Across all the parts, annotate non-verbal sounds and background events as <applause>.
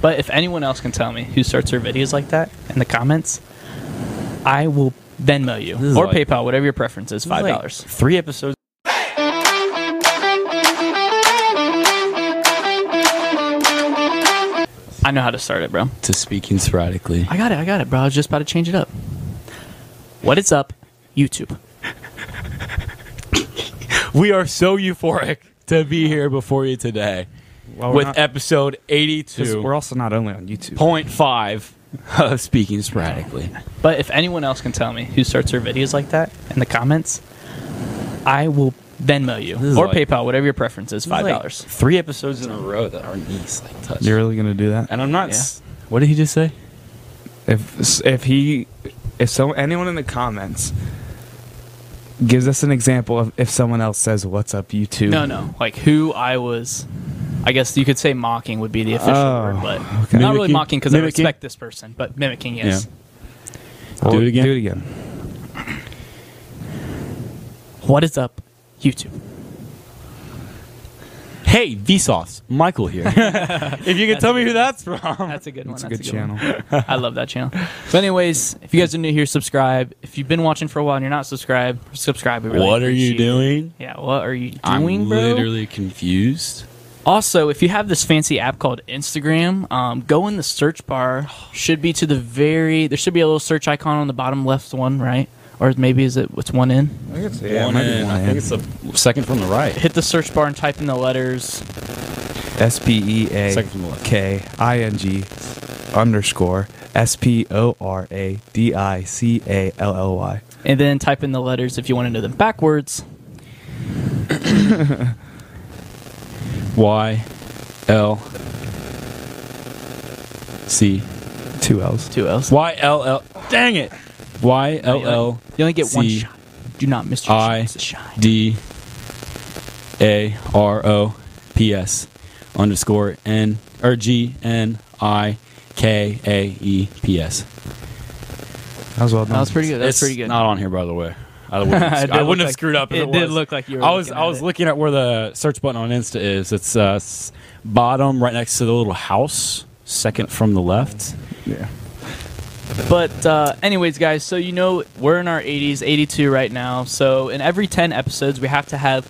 But if anyone else can tell me who starts their videos like that in the comments, I will Venmo you is or like- PayPal, whatever your preference is, five dollars. Like three episodes. I know how to start it, bro. To speaking sporadically. I got it. I got it, bro. I was just about to change it up. What is up, YouTube? We are so euphoric to be here before you today Well, we're with not- episode 'cause we're 82.5 also not only on YouTube. of Speaking Sporadically. But if anyone else can tell me who starts their videos like that in the comments, I will Venmo you is or like- PayPal, whatever your preference is, five dollars. three episodes in a row that our knees like touch. You're really gonna do that? and I'm not. Yeah. s- What did he just say? If if he if so anyone in the comments gives us an example of if someone else says "What's up, YouTube?" No, no, like who I was. I guess you could say mocking would be the official Oh, word, but okay. not really Mimicking? mocking because I Mimicking? respect this person, but mimicking, yes. Yeah. Do it again. Do it again. What is up, YouTube? Hey, Vsauce, Michael here. <laughs> if you can tell me who that's from. That's a good one. It's a good channel. <laughs> one. I love that channel. But anyways, if you guys are new here, subscribe. If you've been watching for a while and you're not subscribed, subscribe. We really what are you appreciate it. doing? Yeah, what are you doing, I'm bro? literally confused. Also, if you have this fancy app called Instagram, um, go in the search bar. Should be to the very. There should be a little search icon on the bottom left one, right? Or maybe is it what's one in? I think it's, One in, I think it's the second from the right. Hit the search bar and type in the letters. S P E A Second from the left. K I N G underscore S P O R A D I C A L L Y. and then type in the letters if you want to know them backwards. Y L C Two L's. Two L's. Y L L. Dang it! Y L Oh, L You only get one C- shot. Do not miss your I chance to shine. D A R O P S underscore N or G N I K A E P S. That was well done. That was pretty good. That's It's pretty good. Not on here, by the way. <laughs> I wouldn't have, It sc- did I look wouldn't have like- screwed up. If it it, did was. look like you were I was. looking I at was it. looking at where the search button on Insta is. It's uh, s- bottom right next to the little house, second from the left. Mm-hmm. Yeah. But uh, anyways, guys, so you know we're in our 80s, 82 right now. So in every 10 episodes, we have to have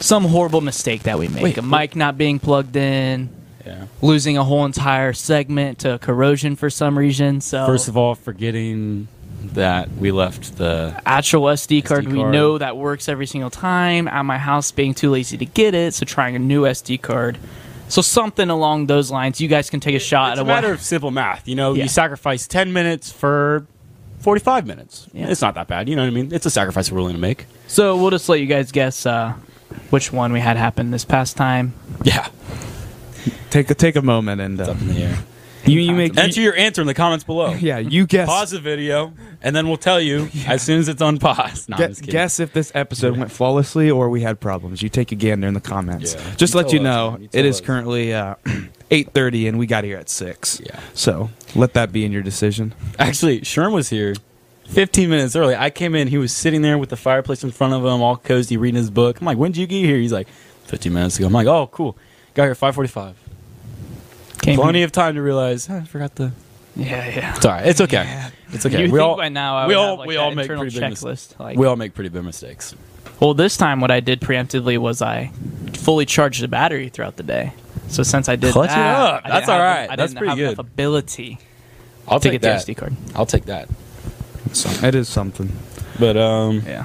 some horrible mistake that we make. Wait, a mic not being plugged in, Yeah. losing a whole entire segment to corrosion for some reason. So First of all, forgetting that we left the actual SD card, we card. know that works every single time. At my house, being too lazy to get it, so trying a new SD card. So something along those lines. You guys can take a shot at it's a Uh, a what- matter of simple math. You know, Yeah. you sacrifice 10 minutes for 45 minutes. Yeah. It's not that bad. You know what I mean? It's a sacrifice we're willing to make. So we'll just let you guys guess uh, which one we had happen this past time. Yeah. Take a take a moment and It's uh, up in the air. you you make Enter your answer in the comments <laughs> below. yeah you guess Pause the video, and then we'll tell you as soon as it's unpaused. No, I'm Gu- just kidding. guess if this episode went flawlessly or we had problems. You take a gander in the comments. Yeah. Just You let you tell us, know, man. You it tell is us. currently uh, <clears throat> eight thirty, and we got here at six. Yeah. So let that be in your decision. Actually, Sherm was here 15 minutes early. I came in. He was sitting there with the fireplace in front of him, all cozy, reading his book. I'm like, when did you get here? He's like, 15 minutes ago. I'm like, oh, cool. Got here 5:45. Came Plenty of time to realize. "Huh, I forgot the. yeah, yeah. It's all right. It's okay. It's <laughs> okay. You we think all by now I we would all have, like, we that all make internal pretty big mistakes. checklist. Like, we all make pretty big mistakes. well, this time what I did preemptively was I fully charged the battery throughout the day. So since I did Clutch it that, up. I didn't That's have- alright. I That's didn't pretty have enough good. ability I'll to take get the SD that. card. I'll take that. So it is something. But um, Yeah.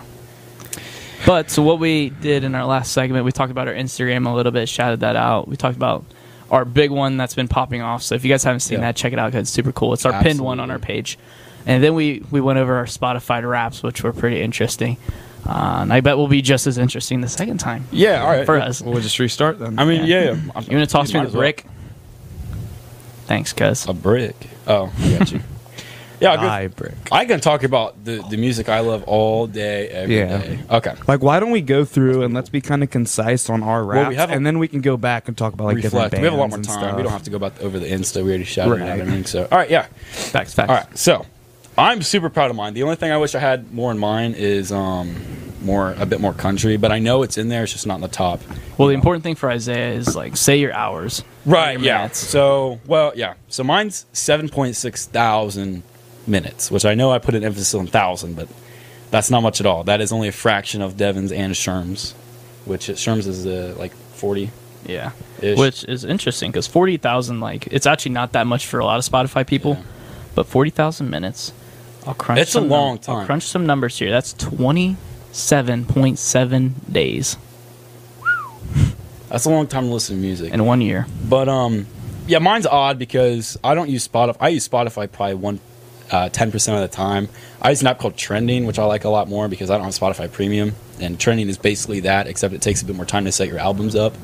But so what we did in our last segment, we talked about our Instagram a little bit, shouted that out. We talked about our big one that's been popping off. So if you guys haven't seen Yeah. that, check it out 'cause it's super cool. It's our pinned one on our page. And then we, we went over our Spotify wraps, which were pretty interesting. Uh, and I bet will be just as interesting the second time yeah, all right. for us. we'll just restart then. I mean, Yeah. yeah. yeah. I'm- You want to toss me might the as well. brick? Thanks, cuz. A brick. Oh, I <laughs> got you. yeah, I'll I go, brick. I can talk about the, the music I love all day, every day. Yeah. Okay. Like, why don't we go through and let's be kind of concise on our Well, raps, we have a- and then we can go back and talk about like different Reflect. bands. We have a lot more and time. Stuff. We don't have to go about over the Insta. We already shouted it out. Right. I mean, so all right, yeah. Facts, facts. All right, so I'm super proud of mine. The only thing I wish I had more in mind is um, more a bit more country, but I know it's in there. It's just not in the top. Well, the important thing for Isaiah is like say your hours, Right. your Yeah. minutes. So well, yeah. So mine's seven point six thousand minutes, which I know I put an emphasis on thousand, but that's not much at all. That is only a fraction of Devin's and Sherm's, which it, Sherm's is uh, like forty. yeah, Ish. which is interesting because forty thousand like it's actually not that much for a lot of Spotify people, Yeah. but forty thousand minutes. I'll crunch. It's a some num- long I'll time. crunch some numbers here. That's twenty seven point seven days That's a long time to listen to music. in one year. But um, yeah, mine's odd because I don't use Spotify. I use Spotify probably one, uh, ten percent of the time. I use an app called Trending, which I like a lot more because I don't have Spotify Premium, and Trending is basically that, except it takes a bit more time to set your albums up,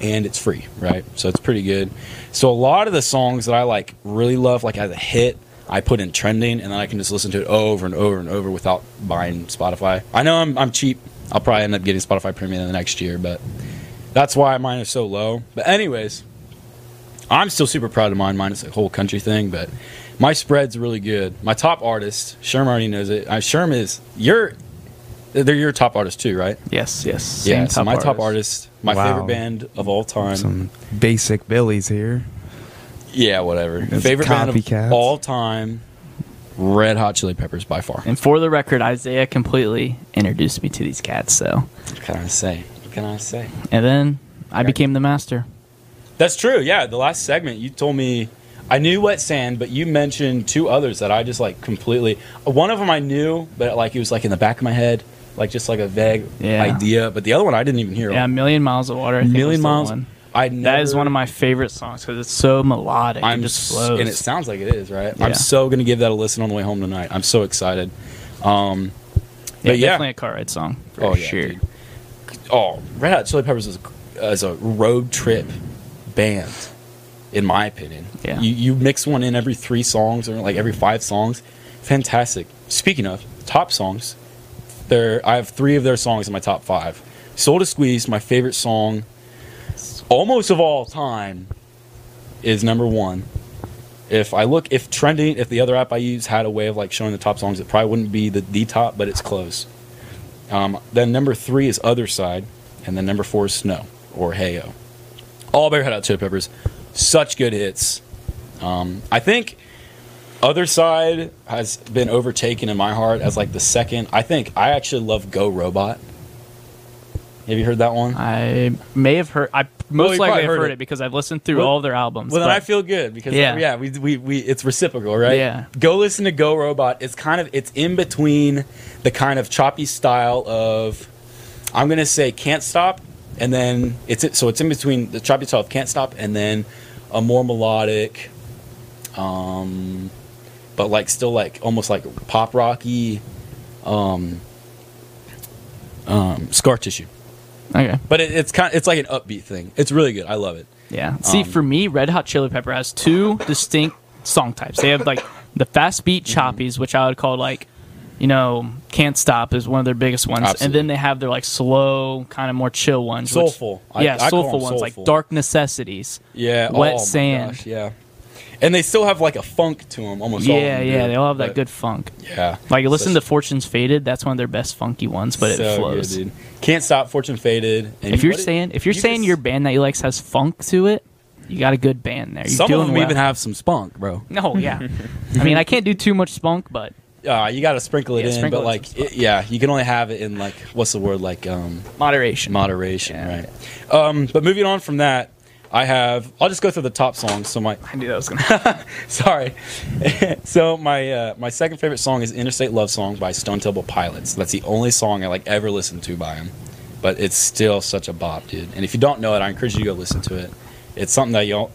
and it's free, right? So it's pretty good. So a lot of the songs that I like really love, like as a hit. I put in trending, and then I can just listen to it over and over and over without buying Spotify. I know I'm, I'm cheap. I'll probably end up getting Spotify Premium in the next year, but that's why mine is so low. But anyways, I'm still super proud of mine. Mine is a whole country thing, but my spread's really good. My top artist, Sherm already knows it. Uh, Sherm is your, they're your top artist too, right? Yes, yes. yeah. Same so my top artist, my Wow. favorite band of all time. Some basic <laughs> Billies here. yeah, whatever. That's Favorite band copycats. of all time, Red Hot Chili Peppers by far. And for the record, Isaiah completely introduced me to these cats. So, What can I say? What can I say? and then I became the master. That's true. Yeah, the last segment you told me I knew wet sand, but you mentioned two others that I just like completely. One of them I knew, but like it was like in the back of my head, like just like a vague Yeah. idea. But the other one I didn't even hear. Yeah, a million miles of water. I think was million the miles. one. I That is never- one of my favorite songs because it's so melodic. I'm it just s- flows. and it sounds like it is right. Yeah. I'm so gonna give that a listen on the way home tonight. I'm so excited. Um, but yeah, definitely a car ride song. For Oh, yeah, sure. dude. oh, Red Hot Chili Peppers is as a road trip band, in my opinion. Yeah. You, you mix one in every three songs or like every five songs. Fantastic. Speaking of top songs, there I have three of their songs in my top five. Soul to Squeeze, my favorite song, almost of all time, is number one. If I look, if trending, if the other app I use had a way of like showing the top songs, it probably wouldn't be the, the top, but it's close. Um, then number three is Other Side, and then number four is Snow or Heyo. All Bear Head Out Chili Peppers, such good hits. Um, I think Other Side has been overtaken in my heart as like the second. I think I actually love Go Robot. Have you heard that one? I may have heard. I most you likely probably have heard, heard it. it. because I've listened through Well- all their albums. Well, then but I feel good because Yeah. yeah, we, we, we it's reciprocal, right? Yeah. Go listen to Go Robot. It's kind of it's in between the kind of choppy style of I'm gonna say Can't Stop, and then it's it, so it's in between the choppy style of Can't Stop and then a more melodic, um, but like still like almost like pop rocky, um, um, scar tissue. okay. But it, it's kind it's like an upbeat thing. It's really good. I love it. Yeah. See, Um, for me, Red Hot Chili Pepper has two distinct song types. They have like the fast beat choppies, which I would call like, you know, Can't Stop is one of their biggest ones, and Absolutely. then they have their like slow, kind of more chill ones, which- Soulful. I- yeah, I call soulful them ones like soulful. Dark Necessities. Yeah, Wet oh my Sand. gosh, yeah, and they still have like a funk to them almost. all of yeah, them yeah, do, they all have that but- good funk. Yeah, Like you listen So- to Fortune's Faded, that's one of their best funky ones, but it so good, flows. dude. Can't stop. Fortune faded. And if you're what it- saying if you're you saying just- your band that you likes has funk to it, you got a good band there. You're some doing of them well. even have some spunk, bro. <laughs> No, <laughs> yeah. I mean, I can't do too much spunk, but Uh, you got to sprinkle it Yeah, in, sprinkle in but like, some it, yeah, you can only have it in like what's the word like um, moderation. moderation, Yeah. right? Um, but moving on from that, I have. I'll just go through the top songs. So my I knew that was <laughs> gonna happen. Sorry. <laughs> so my uh, my second favorite song is "Interstate Love Song" by Stone Temple Pilots. That's the only song I like ever listened to by them, but it's still such a bop, dude. And if you don't know it, I encourage you to go listen to it. It's something that y'all,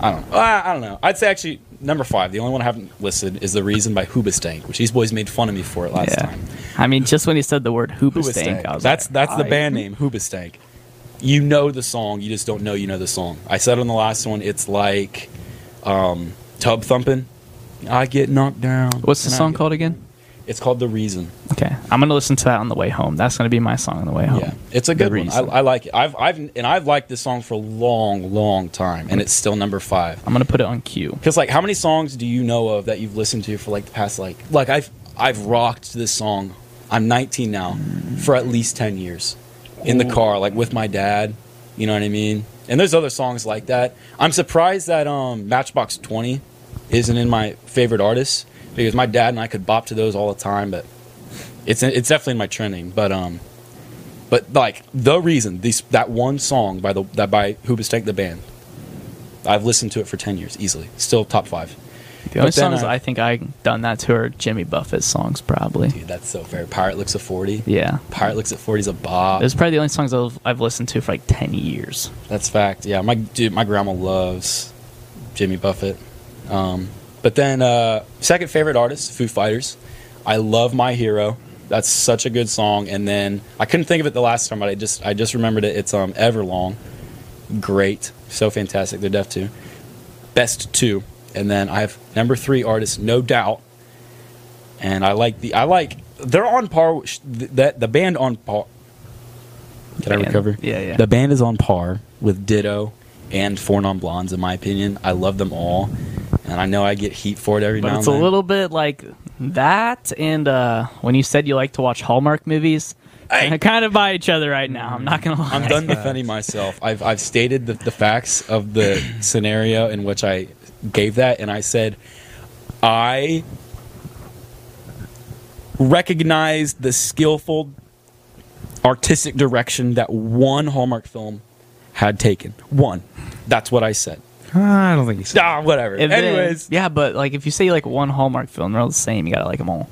I don't, ah, I don't know. I'd say actually number five, the only one I haven't listed is "The Reason" by Hoobastank, which these boys made fun of me for it last Yeah. time. I mean, just when he said the word hoobastank, I Hoobastank. was That's like, that's the I- band name, Hoobastank. You know the song, you just don't know you know the song. I said on the last one, it's like um, tub thumping. I get knocked down. What's the and I song get- called again? It's called The Reason. Okay, I'm gonna listen to that on the way home. That's gonna be my song on Oh. the way home. Yeah, it's a The good one. I, Reason. I like it. I've I've and I've liked this song for a long, long time, and it's still number five. I'm gonna put it on cue. Because like, how many songs do you know of that you've listened to for like the past like like I've I've rocked this song I'm 19 now for at least 10 years in the car, like with my dad. You know what I mean? And there's other songs like that. I'm surprised that um, Matchbox 20 isn't in my favorite artists because my dad and I could bop to those all the time, but it's it's definitely in my trending. But um, but like the reason these that one song by the that by Hoobastank the band, I've listened to it for 10 years easily, still top five. The only But then songs I, I- think I done that to are Jimmy Buffett songs, probably. Dude, that's so fair. Pirate looks a 40. Yeah. Pirate looks at 40 is a bop. Those are probably the only songs I've, I've listened to for like 10 years. That's fact. Yeah, my dude, my grandma loves Jimmy Buffett. Um, but then uh, second favorite artist, Foo Fighters. I love My Hero. That's such a good song. And then I couldn't think of it the last time, but I just I just remembered it. It's um Everlong. Great, so fantastic. They're deaf too. Best two, and then I have number three artist, no doubt. And I like the I like they're on par. with sh- th- That the band on par. Can I Band. recover? Yeah, yeah. The band is on par with Ditto and Four Non Blondes, in my opinion. I love them all, and I know I get heat for it every But now it's a and then. little bit like that. And uh, when you said you like to watch Hallmark movies, Hey! they're kind of by each other right now. I'm not going to lie. <laughs> I'm done defending myself. I've I've stated the, the facts of the scenario in which I gave that, and I said I recognized the skillful artistic direction that one Hallmark film had taken. One. That's what I said. I don't think <laughs> you said. Ah, whatever. If they- Anyways, yeah, but like if you say like one Hallmark film, they're all the same. You got to like them all.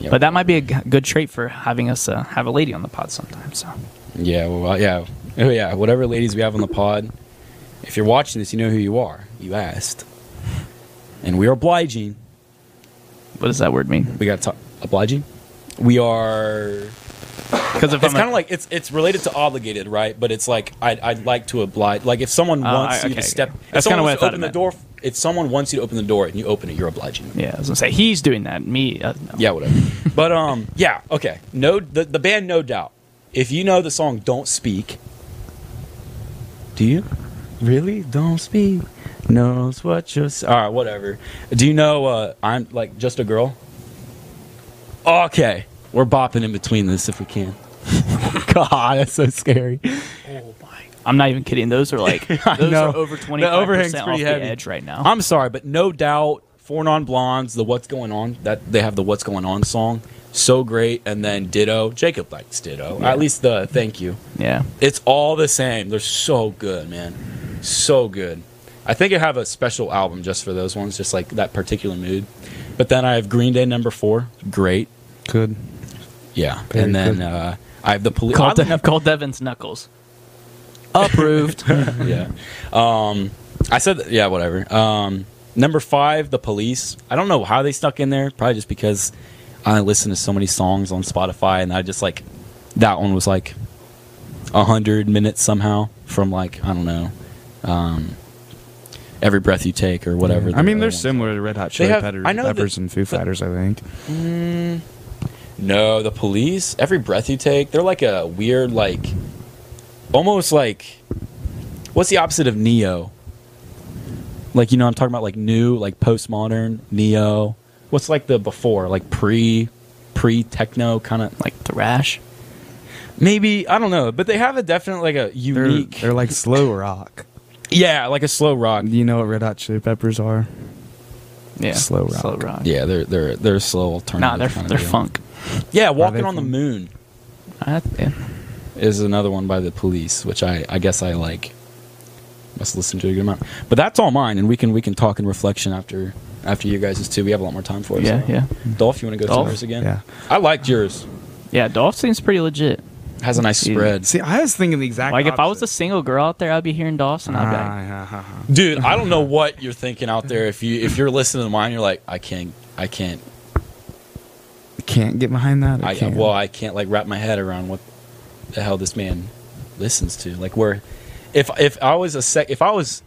Yeah. But that might be a g- good trait for having us uh, have a lady on the pod sometime. So Yeah, well, yeah, oh yeah. Whatever ladies we have on the pod, if you're watching this, you know who you are. You asked, and we are obliging. what does that word mean? We got to talk obliging. We are. Because if It's I'm kind of like it's it's related to obligated, right? But it's like I'd, I'd like to oblige. Like if someone Uh, wants I- you okay, to step, okay. if That's someone kinda what I wants thought to it open the meant. door. If someone wants you to open the door and you open it, you're obliging. Them. yeah, I was gonna say he's doing that. Me, uh, no. Yeah, whatever. <laughs> but um, yeah, okay. No, the the band, no doubt. If you know the song "Don't Speak," do you really don't speak? Knows what you're. s- All right, whatever. Do you know? Uh, I'm like just a girl. Okay, we're bopping in between this if we can. God, that's so scary. I'm not even kidding. Those are like <laughs> those know. are over The twenty five overhang's percent off pretty the heavy. edge right now. I'm sorry, but no doubt, Four Non Blondes, the What's Going On, that they have the What's Going On song. So great. And then Ditto. Jacob likes Ditto. At least the Thank You. yeah, It's all the same. They're so good, man. So good. I think I have a special album just for those ones, just like that particular mood. But then I have Green Day number four. Great. Good. Yeah. Very and then good. uh, I have the police. call, De- <laughs> call Devin's knuckles. Approved. <laughs> yeah. Um, I said, yeah, whatever. Um, number five, The Police. I don't know how they stuck in there. Probably just because I listen to so many songs on Spotify, and I just like that one was like a hundred minutes somehow from like I don't know, um, Every Breath You Take or whatever. I mean, the other they're ones. similar to Red Hot Chili have- Pepper- I know Peppers that- and Foo Fighters. I think. No, the police. Every breath you take, they're like a weird, like, almost like, what's the opposite of neo? Like you know, I'm talking about like new, like postmodern neo. What's like the before, like pre, pre techno kind of like thrash. maybe I don't know, but they have a definite like a They're unique, they're like slow rock. yeah, like a slow rock. You know what Red Hot Chili Peppers are? Yeah, Slow rock. Slow rock. Yeah, they're they're they're slow alternative. Nah, they're kinda they're deal. funk. Yeah, walking on the from- moon. I, yeah. is another one by the police, which I, I guess I like. Must listen to a good amount. But that's all mine, and we can we can talk in reflection after after you guys is too. We have a lot more time for it. Yeah, yeah. Dolph, you want to go Dolph? through yours again? Yeah. I liked yours. Yeah, Dolph seems pretty legit. Has a nice Dude. spread. See, I was thinking the exact. Like if I was a opposite. single girl out there, I'd be hearing Dolph's and I'd be like, Ah, yeah, ha, ha. Dude, I don't know what you're thinking out there. If you if you're listening to mine, you're like, I can't I can't can't get behind that. I, I can't. well I can't like wrap my head around what the hell this man listens to. Like where if if I was a sec if I was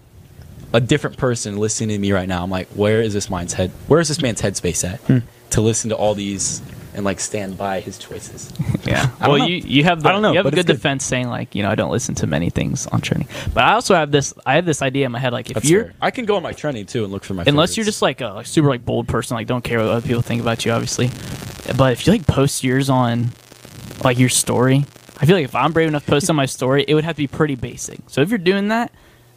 a different person listening to me right now, I'm like, where is this mind's head? Where is this man's headspace at Hmm. to listen to all these and like stand by his choices? Yeah. I don't Well, know. you you have the, I don't know, you have a but it's good good. defense saying like you know I don't listen to many things on training, but I also have this I have this idea in my head like if That's you're fair. I can go on my trending too and look for my. unless you're favorites. just like a like, super like bold person like don't care what other people think about you obviously, But if you like post yours on like your story, I feel like if I'm brave enough to post on my story, it would have to be pretty basic. So if you're doing that,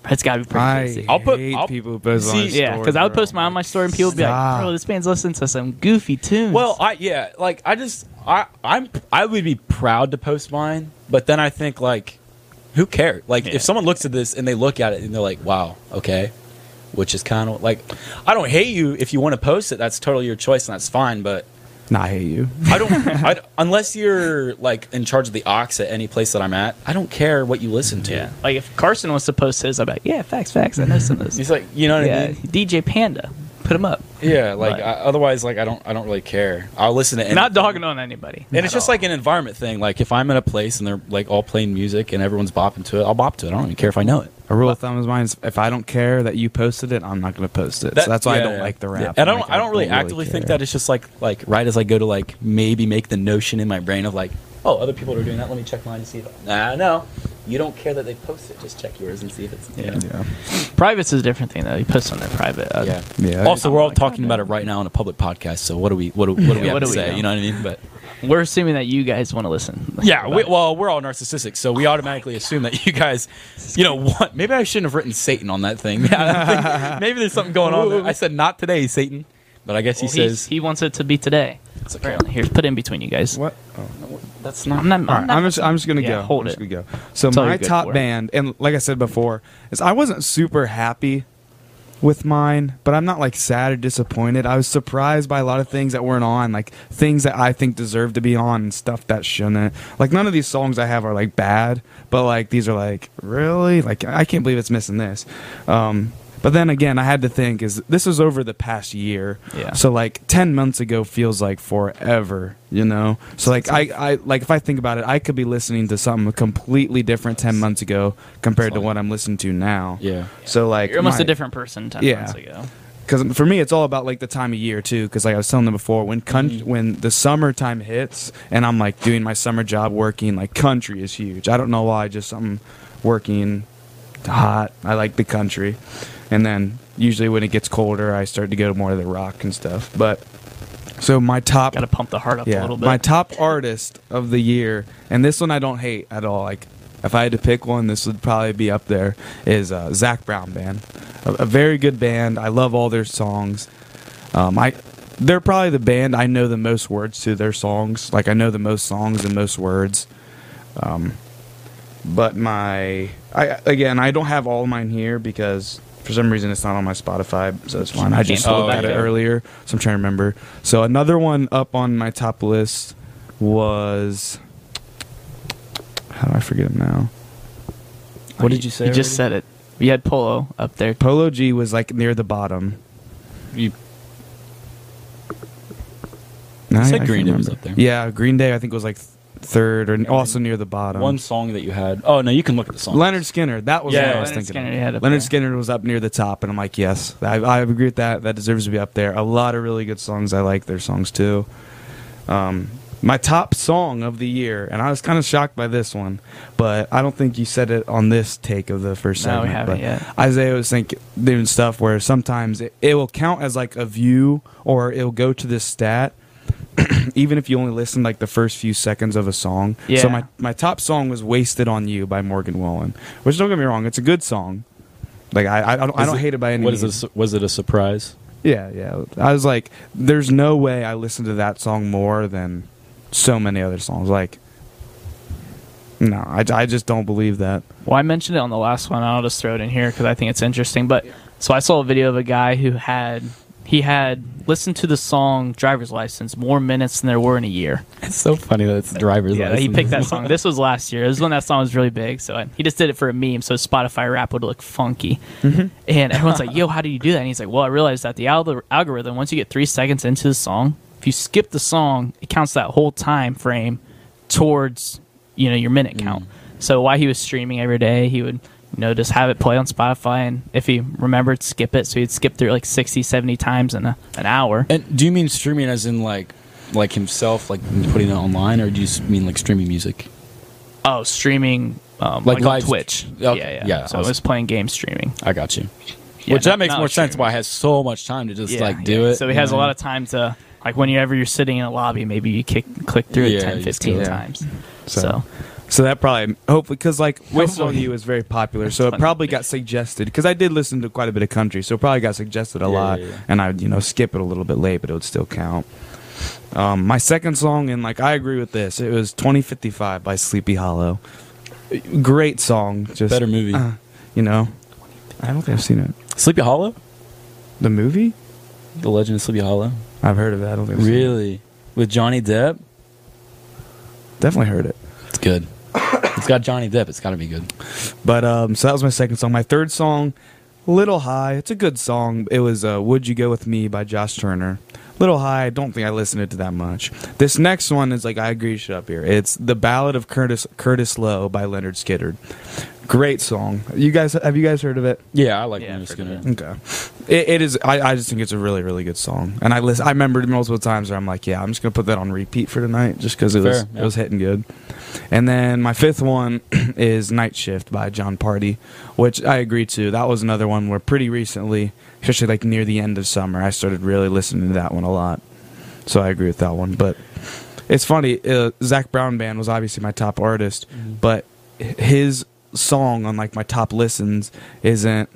it's got to be pretty I basic. I'll put- hate I'll- people who post on See, their I'll- Yeah, story, because I would bro. post my on my story and people would be like, Stop. "Bro, this band's listening to some goofy tunes." Well, I yeah, like I just I I'm I would be proud to post mine, but then I think like, who cares? Like Yeah. if someone looks at this and they look at it and they're like, wow, okay, which is kind of like, I don't hate you if you want to post it. That's totally your choice and that's fine. But Nah, I hate you. <laughs> I don't I, unless you're like in charge of the ox at any place that I'm at. I don't care what you listen to. yeah, like if Carson wants to post his, I'm like, "Yeah, facts, facts. I know some of He's this." like, you know what I yeah, mean? DJ Panda, put him up. Yeah, like Right. I, otherwise, like I don't, I don't really care. I'll listen to anything. Not dogging on anybody. And it's just like an environment thing. Like if I'm in a place and they're like all playing music and everyone's bopping to it, I'll bop to it. I don't even care if I know it. A rule of thumb is mine is if I don't care that you posted it, I'm not going to post it. so that's why I yeah, don't yeah. like the rap. Yeah. And I I'm don't, like, I don't really actively think that. It's just like, like right as I go to like maybe make the notion in my brain of like, oh, other people are doing that. Let me check mine and see if. Nah, no, you don't care that they post it. Just check yours and see if it's. Yeah. Yeah. Privates is a different thing though. You post on their private. uh, Yeah. Yeah. Also, we're all I'm like, talking about it right now on a public podcast. So what do we? What do? What do we Yeah, have what to do we say? know? You know what I mean? But. We're assuming that you guys want to listen. Yeah, we, But- well, we're all narcissistic, so we automatically assume that you guys, you know, what? Maybe I shouldn't have written Satan on that thing. <laughs> Yeah, I think maybe there's something going on. There. I said not today, Satan, but I guess he Well, he's- says he wants it to be today. It's okay. Apparently, here, put in between you guys. What? Oh. that's I'm not. I'm All right, not- I'm just, I'm just gonna Yeah, go. hold I'm just it. gonna go. So That's all my you're good top for. band, and like I said before, is I wasn't super happy with mine, but I'm not like sad or disappointed. I was surprised by a lot of things that weren't on, like things that I think deserve to be on and stuff that shouldn't. Like none of these songs I have are like bad, but like these are like really like I can't believe it's missing this. Um, but then again, I had to think is this was over the past year, Yeah. so like 10 months ago feels like forever you know so like I, I like if i think about it i could be listening to something completely different 10 months ago compared to what i'm listening to now yeah. so like You're almost my- a different person ten Yeah. months ago. because for me it's all about like the time of year too because like i was telling them before when con- when the summertime hits and i'm like doing my summer job working like country is huge i don't know why just i'm working hot i like the country and then usually when it gets colder i start to go more to the rock and stuff but so my top Got to pump the heart up a little bit. my top artist of the year, and this one I don't hate at all. Like, if I had to pick one, this would probably be up there. Is uh, Zach Brown Band, a, a very good band. I love all their songs. Um, I they're probably the band I know the most words to their songs. Like I know the most songs and most words. Um, but my I again I don't have all of mine here because for some reason it's not on my Spotify, so it's fine. I just Can't pull looked it at back it up. earlier, so I'm trying to remember. So another one up on my top list was how do I forget him now? What did you say? You just said it. We had Polo up there. Polo G was like near the bottom. You, No, said I can't Green Day was remember. up there. Yeah, Green Day I think was like th- third or also near the bottom. one song that you had. Oh no, you can look at the song. Leonard Skinner. That was Yeah, what I yeah. was Leonard thinking. Skinner, of. you had up Leonard there. Skinner was up near the top, and I'm like, yes, I, I agree with that. That deserves to be up there. A lot of really good songs. I like their songs too. Um, my top song of the year, and I was kind of shocked by this one, but I don't think you said it on this take of the first No, we segment. haven't but yet. Isaiah was thinking doing stuff where sometimes it, it will count as like a view, or it'll go to this stat. Even if you only listen like the first few seconds of a song, Yeah. so my my top song was "Wasted on You" by Morgan Wallen, which don't get me wrong, it's a good song. Like I, I don't, I Is don't hate it by any. What is means. this? Was it a surprise? Yeah, yeah. I was like, there's no way I listened to that song more than so many other songs. Like, no, I, I just don't believe that. Well, I mentioned it on the last one. I'll just throw it in here because I think it's interesting. But so I saw a video of a guy who had he had listened to the song "Driver's License" more minutes than there were in a year. It's so funny that it's the driver's Yeah, he picked that <laughs> song. This was last year. This is when that song was really big. So I- he just did it for a meme, so Spotify rap would look funky. Mm-hmm. And everyone's like, "Yo, how do you do that?" And he's like, "Well, I realized that the al- algorithm once you get three seconds into the song, if you skip the song, it counts that whole time frame towards you know your minute count." Mm. So while he was streaming every day, he would you know just have it play on Spotify, and if he remembered, skip it. So he'd skip through it like 60, 70 times in a, an hour. And do you mean streaming as in like, like himself, like putting it online, or do you s- mean like streaming music? Oh, streaming um, Like like, live- on Twitch. Okay, Yeah, yeah. yeah, so I I was- was playing game streaming. I got you. Yeah, Which no- that makes not more sense. streaming. Why I has so much time to just Yeah, like do yeah. it. So he you has a know? lot of time to. Like whenever you're sitting in a lobby, maybe you kick click through Yeah, it 10, you just 15 go- times. So- So. So that probably hopefully because like Whistle on Hopefully. You is very popular, so it Funny. probably got suggested because I did listen to quite a bit of country, so it probably got suggested a Yeah, lot, yeah, yeah. and I would you know skip it a little bit late, but it would still count. Um, my second song, and like I agree with this, it was 2055 by Sleepy Hollow. Great song, just Better movie. uh, you know, I don't think I've seen it. Sleepy Hollow? The movie? The Legend of Sleepy Hollow? I've heard of it. I don't think I've seen it. Really? With Johnny Depp? definitely heard it. It's good. it's got Johnny Depp. It's got to be good. But um, so that was my second song. My third song, Little High. It's a good song. It was uh, "Would You Go with Me" by Josh Turner. Little High. I don't think I listened to it that much. This next one is like I agree. You should up here. It's the Ballad of Curtis Curtis Lowe by Leonard Skinner. Great song. You guys have you guys heard of it? Yeah, I like Yeah, Leonard I've heard Skinner. of Okay. It, it is. I, I just think it's a really really good song. And I listen. I remembered it multiple times where I'm like, yeah, I'm just gonna put that on repeat for tonight, just because it was Fair, yeah. it was hitting good. And then my fifth one <clears throat> is Night Shift by John Party, which I agree to. That was another one where pretty recently, especially like near the end of summer, I started really listening to that one a lot. So I agree with that one. But it's funny. Uh, Zach Brown Band was obviously my top artist, Mm-hmm. but h- his song on like my top listens isn't.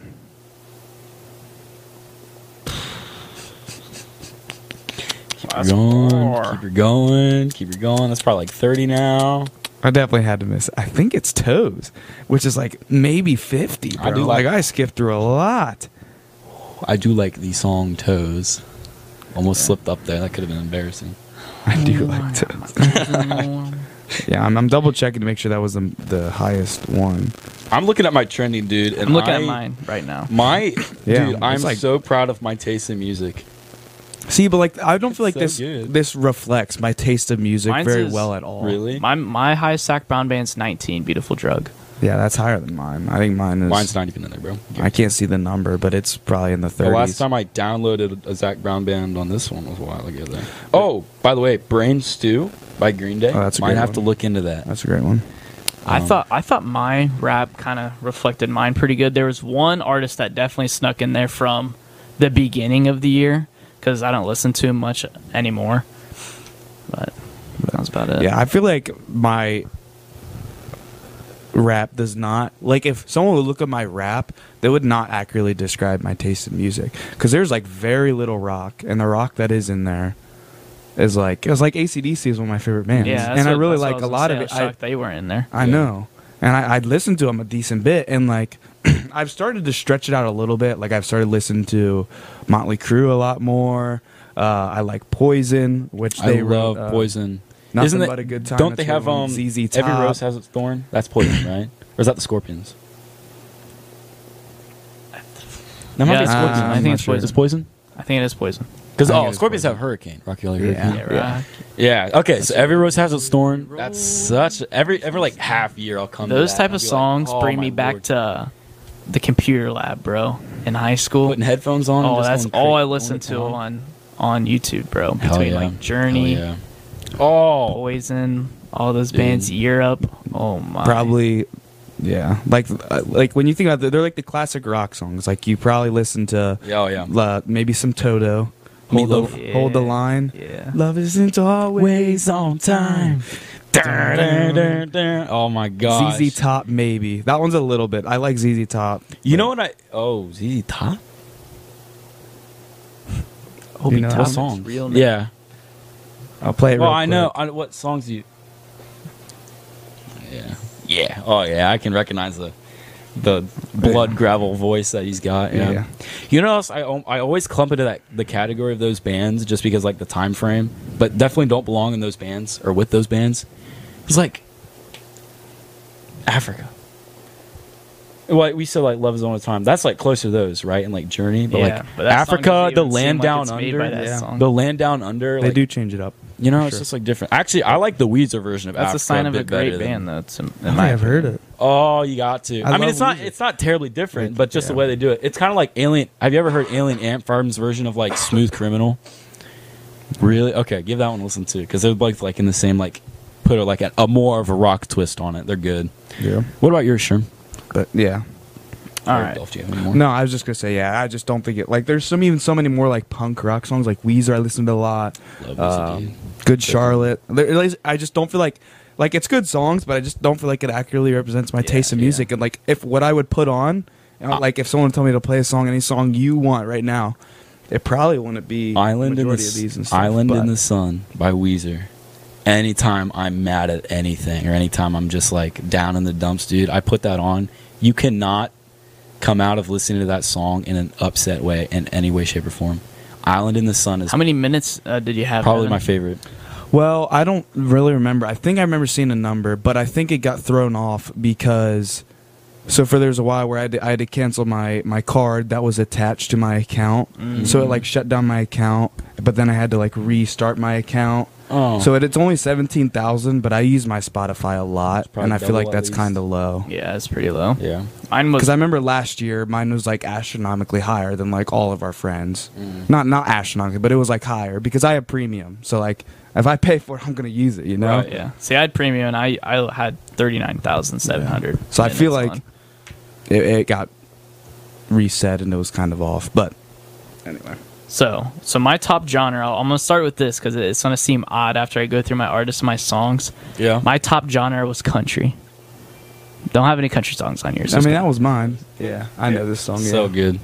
Keep her going. Keep her going. Keep her going. That's probably like 30 now. I definitely had to miss. I think it's toes, which is like maybe fifty. Bro. I do like, like- I skipped through a lot. I do like the song Toes. Almost slipped up there. That could have been embarrassing. I do like toes. yeah, I'm, I'm double checking to make sure that was the, the highest one. I'm looking at my trending, dude. And I'm looking at I- mine right now. My Yeah, dude, I'm it's like- so proud of my taste in music. See, but like I don't feel like It's so this good. this reflects my taste of music Mine's very is- well at all. Really? My my highest Sack Brown band's 19. Beautiful drug. Yeah, that's higher than mine. I think mine is. Mine's not even in there, bro. I can't see the number, but it's probably in the The thirties. last time I downloaded a Zach Brown band on this one was a while ago. Though. Oh, by the way, Brain Stew by Green Day. Oh, that's a Might good have one. to look into that. that's a great one. I Um, thought I thought my rap kind of reflected mine pretty good. There was one artist that definitely snuck in there from the beginning of the year because I don't listen to him much anymore. But that's about it. Yeah, I feel like my rap does not like if someone would look at my rap, they would not accurately describe my taste in music because there's like very little rock, and the rock that is in there is like it was like ACDC is one of my favorite bands, yeah. that's and I what- really that's what like was a gonna lot say. of I was it. I, shocked they weren't in there. I Yeah. know, and I, I'd listened to them a decent bit, and like <clears throat> I've started to stretch it out a little bit. Like I've started listening to Motley Crue a lot more. Uh, I like Poison, which I they love wrote, uh, Poison. Nothing Isn't it- but a good time. Don't that's they the have um? one. ZZ Top? Every rose has its thorn. That's <coughs> Poison, right? Or is that the Scorpions? That might Yeah, be it's Scorpions. Poison. I'm I think not it's sure. poison. It's Poison. I think it is poison. Because I think oh, it's Scorpions Poison. have Hurricane, Rocky Horror Yeah. Hurricane. Yeah, right. Yeah. Okay. so every rose has its thorn. That's such every every like half year I'll come. to Those that type and of I'll be like, songs "Oh, bring my me back Lord." to the computer lab, bro. In high school, putting headphones on. and oh, just that's going all cra- I listened to going on on YouTube, bro. town. Hell Between yeah. like Journey, Hell yeah. Oh, Poison, all those Dude. bands, Europe. Oh my, probably yeah like uh, like when you think about it they're like the classic rock songs like you probably listen to yeah, oh, yeah. uh, maybe some toto hold the, Meatloaf. hold the line Yeah, love isn't always on time. Oh my god. zz top maybe that one's a little bit i like zz top You know what I? Oh, ZZ Top. Obi know, What Toppin's song? Real name. yeah. i'll play it Well, real I know. quick. I, what songs do you? Yeah. Yeah. Oh yeah. I can recognize the the blood gravel voice that he's got. Yeah. Yeah. You know, else I al- I always clump into that the category of those bands just because like the time frame, but definitely don't belong in those bands or with those bands. It's like Africa. Well, we still like Love Is on a Time. That's like closer to those, right? And like Journey, but Yeah, like but that song Africa, doesn't the even seem land like down it's made under, by that yeah. song. the land down under. they like, do change it up you know, for it's sure. just like different. Actually, I like the Weezer version of That's Africa a sign of a bit great better than- band. That's in i my have heard it Oh, you got to. I I, love mean, it's not Weezer. it's not terribly different, but just the yeah. way they do it. It's kind of like Alien. Have you ever heard Alien Ant Farm's version of like Smooth Criminal? Really? Okay, give that one a listen too, because they're both like in the same like put a, like a, a more of a rock twist on it. They're good. yeah What about yours, Sherm? but yeah All or right. Dolph Jam anymore. No, I was just gonna say yeah. I just don't think it like there's some even so many more like punk rock songs like Weezer. I listen to a lot. Love Weezer, Um, dude. good Charlotte. There- at least I just don't feel like like it's good songs, but I just don't feel like it accurately represents my Yeah, taste in yeah. music. And like if what I would put on, you know, Uh, like if someone told me to play a song, any song you want right now, it probably wouldn't be Island in the majority of these and S- stuff, Island but- in the Sun by Weezer. Anytime I'm mad at anything or anytime I'm just like down in the dumps, dude, I put that on. You cannot come out of listening to that song in an upset way in any way, shape, or form. Island in the Sun is How many minutes uh, did you have? probably Evan? my favorite. Well, I don't really remember. I think I remember seeing a number, but I think it got thrown off because. So for there's a while where I had, to, I had to cancel my, my card that was attached to my account, Mm. so it like shut down my account. But then I had to like restart my account. Oh. So it, it's only seventeen thousand, but I use my Spotify a lot, probably and I feel double like at that's least. kind of low. Yeah, it's pretty low. Yeah. Mine Because was I remember last year mine was like astronomically higher than like all of our friends. Mm. Not not astronomically, but it was like higher because I have premium. So like if I pay for it, I'm gonna use it. You know. Right, yeah. See, I had premium, and I I had thirty nine thousand seven hundred. So I feel like it, it got reset and it was kind of off. But anyway, so so my top genre. I'll, I'm gonna start with this because it's gonna seem odd after I go through my artists and my songs. Yeah. My top genre was country. Don't have any country songs on here. so I it's mean that was mine. Yeah, I know this song. Yeah. so good.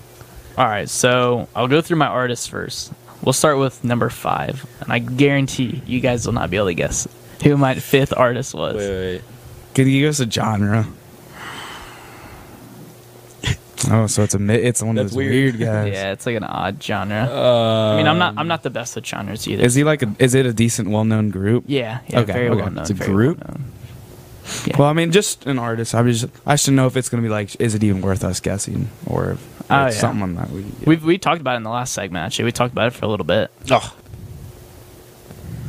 All right, so I'll go through my artists first. We'll start with number five, and I guarantee you guys will not be able to guess who my fifth artist was. Wait, wait, wait. Can you give us <sighs> a genre? oh, so it's a mi- it's one of That's those weird. <laughs> weird, guys. Yeah, it's like an odd genre. Uh, I mean, I'm not I'm not the best with genres either. Is he like? A, is it a decent, well-known group? yeah, yeah, Okay, very okay. well known. It's a very group? well known. yeah. Well, I mean, just an artist. I was. Just, I should know if it's going to be like. Is it even worth us guessing, or, or Oh, yeah. something like that? We, We've, we talked about it in the last segment. Actually, we talked about it for a little bit. Oh.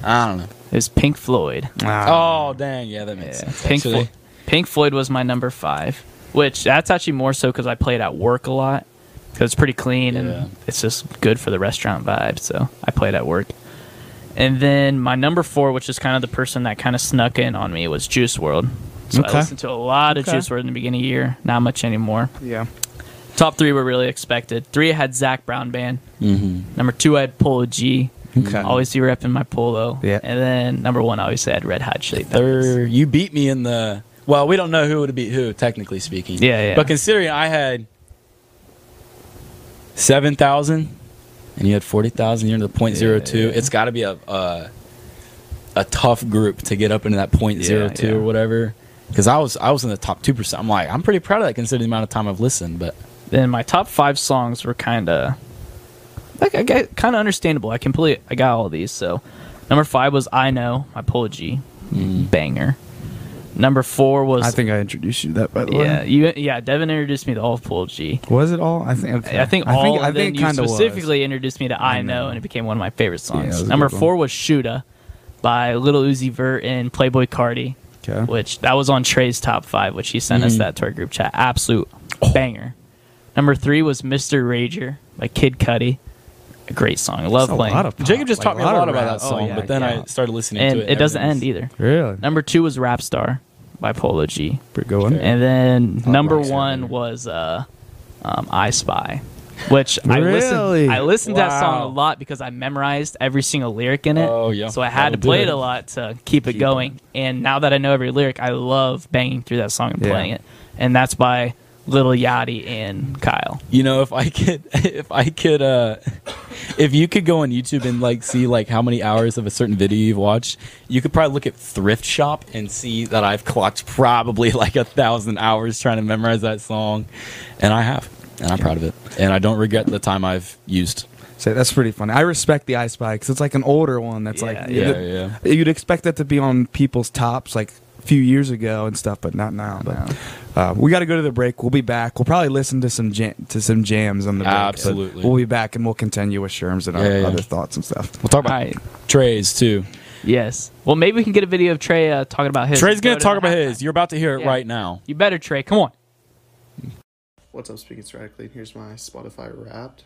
I don't know. It was Pink Floyd. Ah. Oh, dang. Yeah, that makes Yeah. sense. Pink actually. Floyd. Pink Floyd was my number five, which that's actually more so because I played at work a lot. Because it's pretty clean Yeah. and it's just good for the restaurant vibe. So I played at work. And then my number four, which is kind of the person that kind of snuck in on me, was Juice World. So I Okay. listened to a lot of Okay. Juice World in the beginning of the year. Not much anymore. yeah. Top three were really expected. Three, I had Zach Brown Band. Mhm. Number two, I had Polo G. Okay. Always be repping my polo. Yeah. And then number one, I always had Red Hot Chili Peppers. Third, you beat me in the. Well, we don't know who would beat who, technically speaking. Yeah, yeah. But considering I had seven thousand, and you had forty thousand, you're in the point zero two. It's got to be a, a a tough group to get up into that point zero two Yeah, yeah. or whatever. Because I was I was in the top two percent. I'm like I'm pretty proud of that considering the amount of time I've listened. But Then my top five songs were kind of like I got kind of understandable. I completely I got all these. So number five was I Know my Polo G banger. Number four was Mm. I think I introduced you to that by the way. yeah you yeah Devin introduced me to all of Polo G. Was it all? I think. Okay. I think all I think, I then think you kinda was. specifically introduced me to I, know. and it became one of my favorite Yeah, it songs. was a Number good one. four was Shoota by Little Uzi Vert and Playboy Cardi, Okay. which that was on Trey's top five, which he sent us Mm-hmm. that to our group chat. Absolute Oh. banger. Number three was Mr. Rager by Kid Cudi. A great song. I love That's a playing. lot of- Jacob just Like, taught me a lot lot of about rap. that Oh, song, yeah, but then yeah. I started listening and to it. it doesn't end everything's- either. Really? Number two was Rap Star by Polo G. Pretty good one. Okay. And then Hot number Rocks one Ever. was uh, um, I Spy, which I listened. Really? I listened to that song a Wow. lot because I memorized every single lyric in it. Oh, yeah. So I had to That'll do play it. it a lot to keep it Keep going. And now that I know every lyric, I love banging through that song and Yeah. playing it. And that's by Little Yachty and Kyle. You know, if I could, <laughs> if I could, uh, if you could go on YouTube and like see like how many hours of a certain video you've watched, you could probably look at thrift shop and see that I've clocked probably <laughs> like a thousand hours trying to memorize that song, and I have, and I'm proud of it, and I don't regret the time I've used. So that's pretty funny. I respect the I Spy because it's like an older one. That's Yeah, like yeah, you'd- You'd expect that to be on people's tops like a few years ago and stuff, but not now. But uh, we got to go to the break. We'll be back. We'll probably listen to some jam- to some jams on the break. but Absolutely. We'll be back and we'll continue with Sherms and Yeah, our yeah. other thoughts and stuff. We'll talk about Right. Trey's too. Yes. Well, maybe we can get a video of Trey uh, talking about his. Trey's Go gonna to talk the about halftime. his. You're about to hear it Yeah. right now. You better, Trey. Come on. What's up, Speaking Sporadically, and here's my Spotify Wrapped.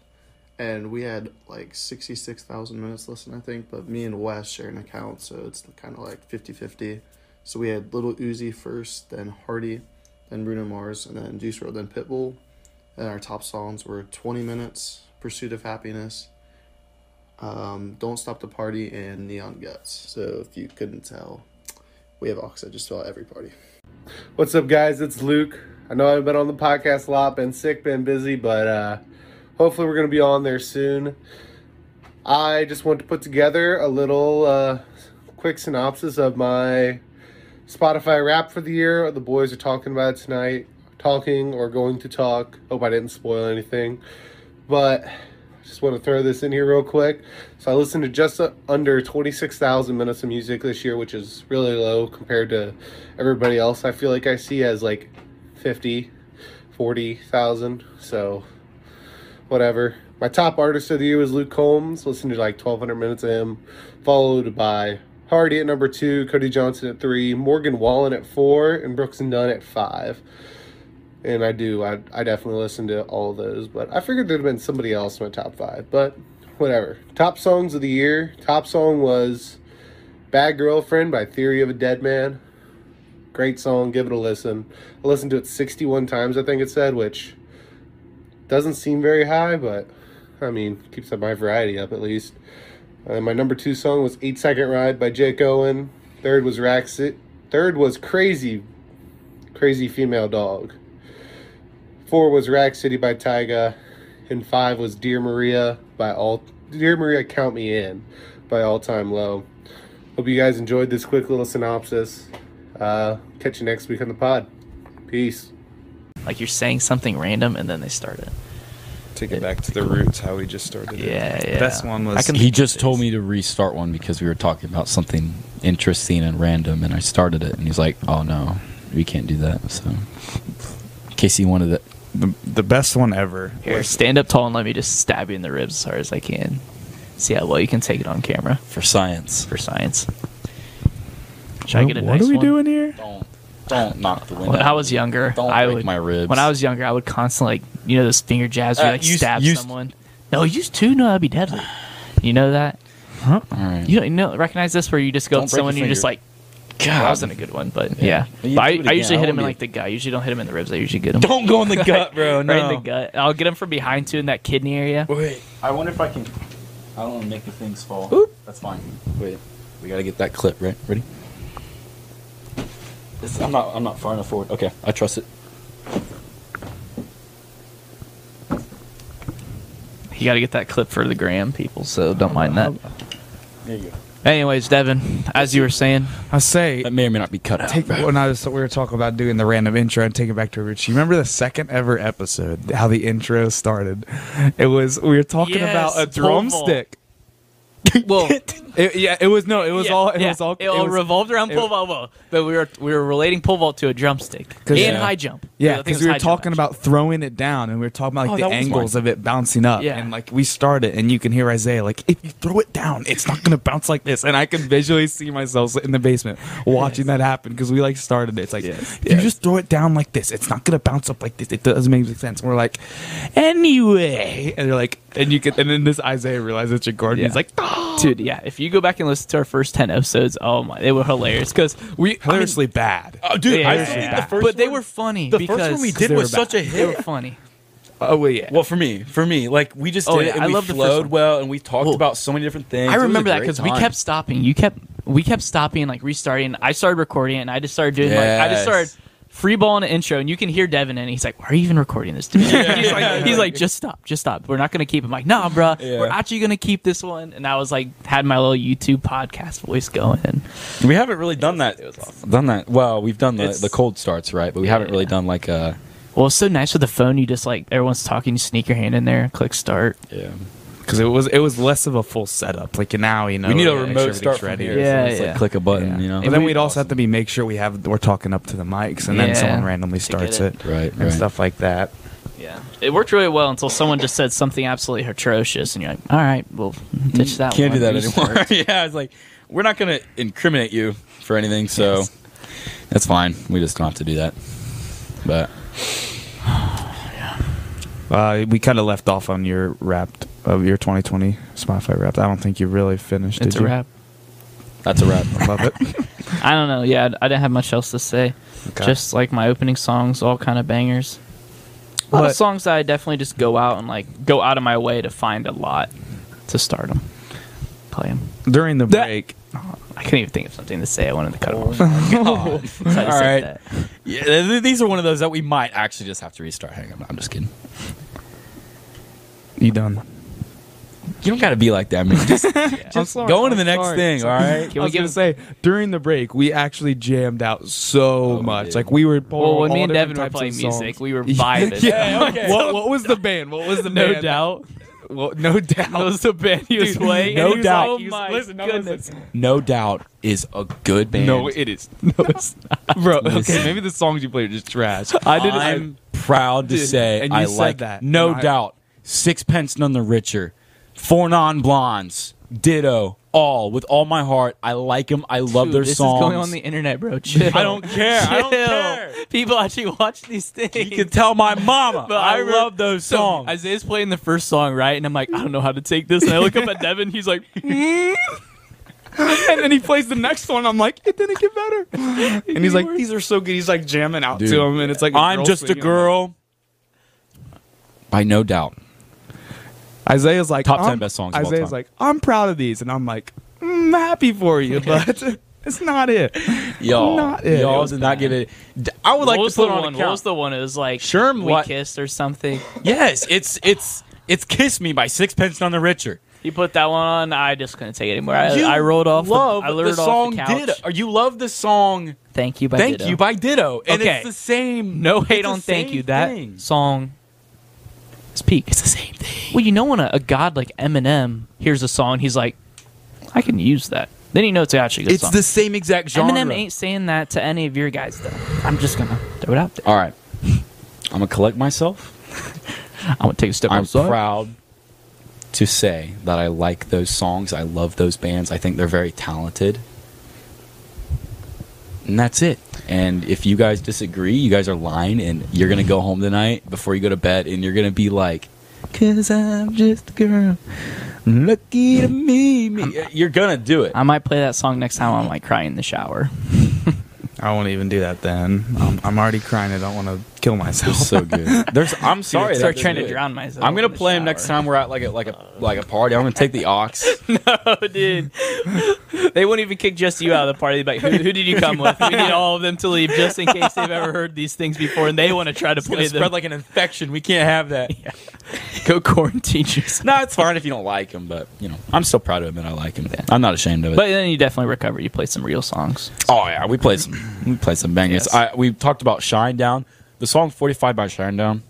And we had like 66,000 minutes listened, I think, but me and Wes share an account, so it's kind of like 50 50. So we had Little Uzi first, then Hardy, then Bruno Mars, and then Juice WRLD, then Pitbull, And our top songs were 20 Minutes, Pursuit of Happiness, um, Don't Stop the Party, and Neon Guts. So if you couldn't tell, we have Ox at just about every party. What's up, guys? It's Luke. I know I haven't been on the podcast a lot, been sick, been busy, but uh, hopefully we're going to be on there soon. I just want to put together a little uh, quick synopsis of my Spotify rap for the year. The boys are talking about it tonight, talking or going to talk. Hope I didn't spoil anything, but just want to throw this in here real quick. So I listened to just uh, under 26,000 minutes of music this year, which is really low compared to everybody else. I feel like I see as like 50, 40,000. So whatever. My top artist of the year was Luke Combs. Listened to like 1,200 minutes of him, followed by Hardy at number two, Cody Johnson at three, Morgan Wallen at four, and Brooks and Dunn at five and I do. I, I definitely listen to all of those, but I figured there'd have been somebody else in my top five, but whatever. Top songs of the year. Top song was Bad Girlfriend by Theory of a Dead Man. Great song. Give it a listen. I listened to it 61 times, I think it said, which doesn't seem very high, but I mean, keeps up my variety up at least. Uh, my number two song was Eight Second Ride by Jake Owen. Third was Raxit. Third was Crazy, Crazy Female Dog. Four was Rack City by Tyga, and five was Dear Maria by All Dear Maria Count Me In by All Time Low. Hope you guys enjoyed this quick little synopsis. Uh, catch you next week on the pod. Peace. Like you're saying something random and then they start it. Take it back to the roots, how we just started it. Yeah, The yeah. Best one was I can- He just told me to restart one because we were talking about something interesting and random, and I started it, and he's like, "Oh no, we can't do that." So, Casey wanted it. the, the best one ever. Here, stand up tall and let me just stab you in the ribs as hard as I can. See how well you can take it on camera For science. for science. Should I get a what nice are we one? doing here? Don't, don't knock the window. When I was younger, Don't I break would my ribs. When I was younger, I would constantly, like, you know, those finger jabs where you Uh, like use- stab use- someone. No, use two. No, that'd be deadly. You know that? All right. You don't you know. Recognize this where you just go Don't up to break someone and your you're just finger. like, God, that wasn't a good one, but yeah. But you But I, do it I again, usually I hit him won't in be- like the gut. I usually don't hit him in the ribs. I usually get him <laughs> don't go in the gut, bro. No. right in the gut. I'll get him from behind too in that kidney area. Wait. I wonder if I can. I don't want to make the things fall. That's fine. Wait. We gotta get that clip right. Ready? This, I'm not. I'm not far enough forward. Okay. I trust it. You got to get that clip for the gram people, so don't mind that. There you go. Anyways, Devin, as you were <laughs> saying, I say That may or may not be cut out. take when I was we were talking about doing the random intro and taking it back to roots. You remember the second ever episode, how the intro started? It was we were talking Yes, about a pole vault. drumstick. well, It- yeah, it was no, it was yeah, all it yeah, was all it all was- revolved around it- pole vault, well, but we were we were relating pole vault to a drumstick and 'Cause- Yeah. high jump. Yeah, I think it because was we high were jump, talking about throwing it down, and we were talking about Oh, like that the was angles mine. of it bouncing up, Yeah. and like we start it, and you can hear Isaiah like, if you throw it down, it's not going to bounce like this, and I can visually see myself in the basement watching that happen because we like started it. It's like Yes. if you just throw it down like this, it's not going to bounce up like this. It doesn't make sense. And we're like, anyway, and they're like, and you can, and then this Isaiah realizes it's your guard, and Yeah. he's like, "Ah." Dude, yeah. If you go back and listen to our first ten episodes, oh my, they were hilarious because we I mean, hilariously bad. Oh, dude, yeah, I yeah, still yeah. think the first. but they one- were funny. The because, first one we 'cause did they was were- such a They were hit. funny. Oh well, yeah. <laughs> Well, for me, for me, like we just did Oh, it yeah, and I we love the first flowed one. well, and we talked Whoa. about so many different things. I It was a remember that great because we time. kept stopping. You kept we kept stopping, like restarting. I started recording it, and I just started doing like I just Yes. started freeballing an intro, and you can hear Devin, and he's like, "Why are you even recording this?" Dude? he's like, "He's like, just stop, just stop. We're not gonna keep it." I'm like, "Nah, bruh, Yeah. we're actually gonna keep this one." And I was like, had my little YouTube podcast voice going. And We haven't really done that. it was awesome. Done that. Well, we've done the, It's- the cold starts, right? But we haven't really Yeah. done like uh, a Well, it's so nice with the phone. You just like everyone's talking. You sneak your hand in there, click start. yeah. because it was it was less of a full setup. Like now you know we need a make sure remote everything's start from ready. here. Yeah, so it's yeah. like click a button, Yeah. you know. But then we- we'd also have to be make sure we have we're talking up to the mics, and Yeah. then someone randomly To starts get it, it. Right, and right. stuff like that. Yeah, it worked really well until someone just said something absolutely atrocious, and you're like, "All right, well, ditch Mm, that. Can't do one, that restart." anymore. <laughs> yeah, it's like we're not going to incriminate you for anything, so that's fine. We just don't have to do that. But Uh, we kind of left off on your wrapped of your 2020 Spotify wrapped. I don't think you really finished. It's did a you? wrap. that's a wrap. <laughs> Love it. I don't know. Yeah, I I didn't have much else to say. Okay. Just like my opening songs, all kind of bangers. A lot of But- songs that I definitely just go out and like go out of my way to find a lot to start them, play them. during the That- break. I couldn't even think of something to say. I wanted to cut it off. <laughs> So I just All said right. <laughs> that. Yeah, th- th- these are one of those that we might actually just have to restart. Hang on, I'm just kidding. You done? You don't got to be like <laughs> that, man. Just, just sorry, go into I'm the next sorry. thing, all Can right? I we was give gonna say during the break we actually jammed out so we much. did. Like we were. pulling Oh, Well, when me all and different Devin were types of playing music, songs. we <laughs> were vibing. <laughs> Yeah, okay. <laughs> What, what was the band? What was the No band? doubt. Well, no <laughs> doubt. That was the band he was playing. no and he was doubt. like, He oh was- my listen, no, listen. goodness. No Doubt is a good band. No, it is. <laughs> No, it's not. Bro, Listen. okay, maybe the songs you played are just trash. I I did, did. I'm proud to Dude, say and you I said like that. No And I- Doubt, Sixpence None the Richer, Four Non Blondes, Ditto, all with all my heart. I like them. I love Dude, their this songs. is going on the internet, bro. Chill. <laughs> I don't care. I don't Chill. care. People actually watch these things. you can tell my mama. But I, I re- love those So, songs. Isaiah's playing the first song, right? And I'm like, I don't know how to take this. And I look up <laughs> at Devin. He's like, <laughs> and then he plays the next one. I'm like, it didn't get <laughs> better. And he's like, these are so good. He's like jamming out Dude. to him, and it's like, I'm just a singing. girl. By no doubt. Isaiah's like Top 10 I'm- best songs of all Isaiah's time. like, I'm proud of these, and I'm like, I'm happy for <laughs> you, but it's not it. Y'all, Not it. It y'all was did not get it. D- I would like what to was the put on one? a What was count. the one? It was like Sherm we Wa- kissed or something. Yes, it's it's it's "Kiss Me" by Sixpence None the Richer. You put that one on. I just couldn't take it anymore. I, You I rolled off. Love the, I rolled song off the couch. Ditto. Or you love the song Thank you. By "Thank Ditto. You" by Ditto, and Okay. it's the same. No hate it's the on thank same you. That thing. song. It's peak. It's the same thing. Well, you know when a, a god like Eminem hears a song, he's like, I can use that. Then you know it's actually a good It's song. the same exact genre. Eminem ain't saying that to any of your guys though. I'm just gonna throw it out there. All right, I'm gonna collect myself. I'm gonna take a step I'm outside. proud to say that I like those songs. I love those bands. I think they're very talented. And that's it. And if you guys disagree, you guys are lying, and you're going to go home tonight before you go to bed, and you're going to be like, Cause I'm just a girl. Lucky to me. me. You're going to do it. I might play that song next time I'm like crying in the shower. I won't even do that then. Um, I'm already crying. I don't want to kill <laughs> myself. so good. There's, I'm sorry. start that's trying to good. drown myself I'm gonna in the play him shower. next time we're at like a like a like a party. I'm gonna take <laughs> the ox. <laughs> Oh, dude. <laughs> they wouldn't even kick just you out of the party. But who, who did you come with? We need all of them to leave just in case they've ever heard these things before and they want to try to It's gonna play them. spread like an infection. We can't <laughs> have that. Go <laughs> quarantine yourself. No, it's fine if you don't like him, but you know, I'm still proud of him and I like him. I'm not ashamed of it. But then you definitely recover. You play some real songs. oh yeah, we played some, we played some bangers. Yes. I, we talked about Shine Down, the song 45 by Shine Down.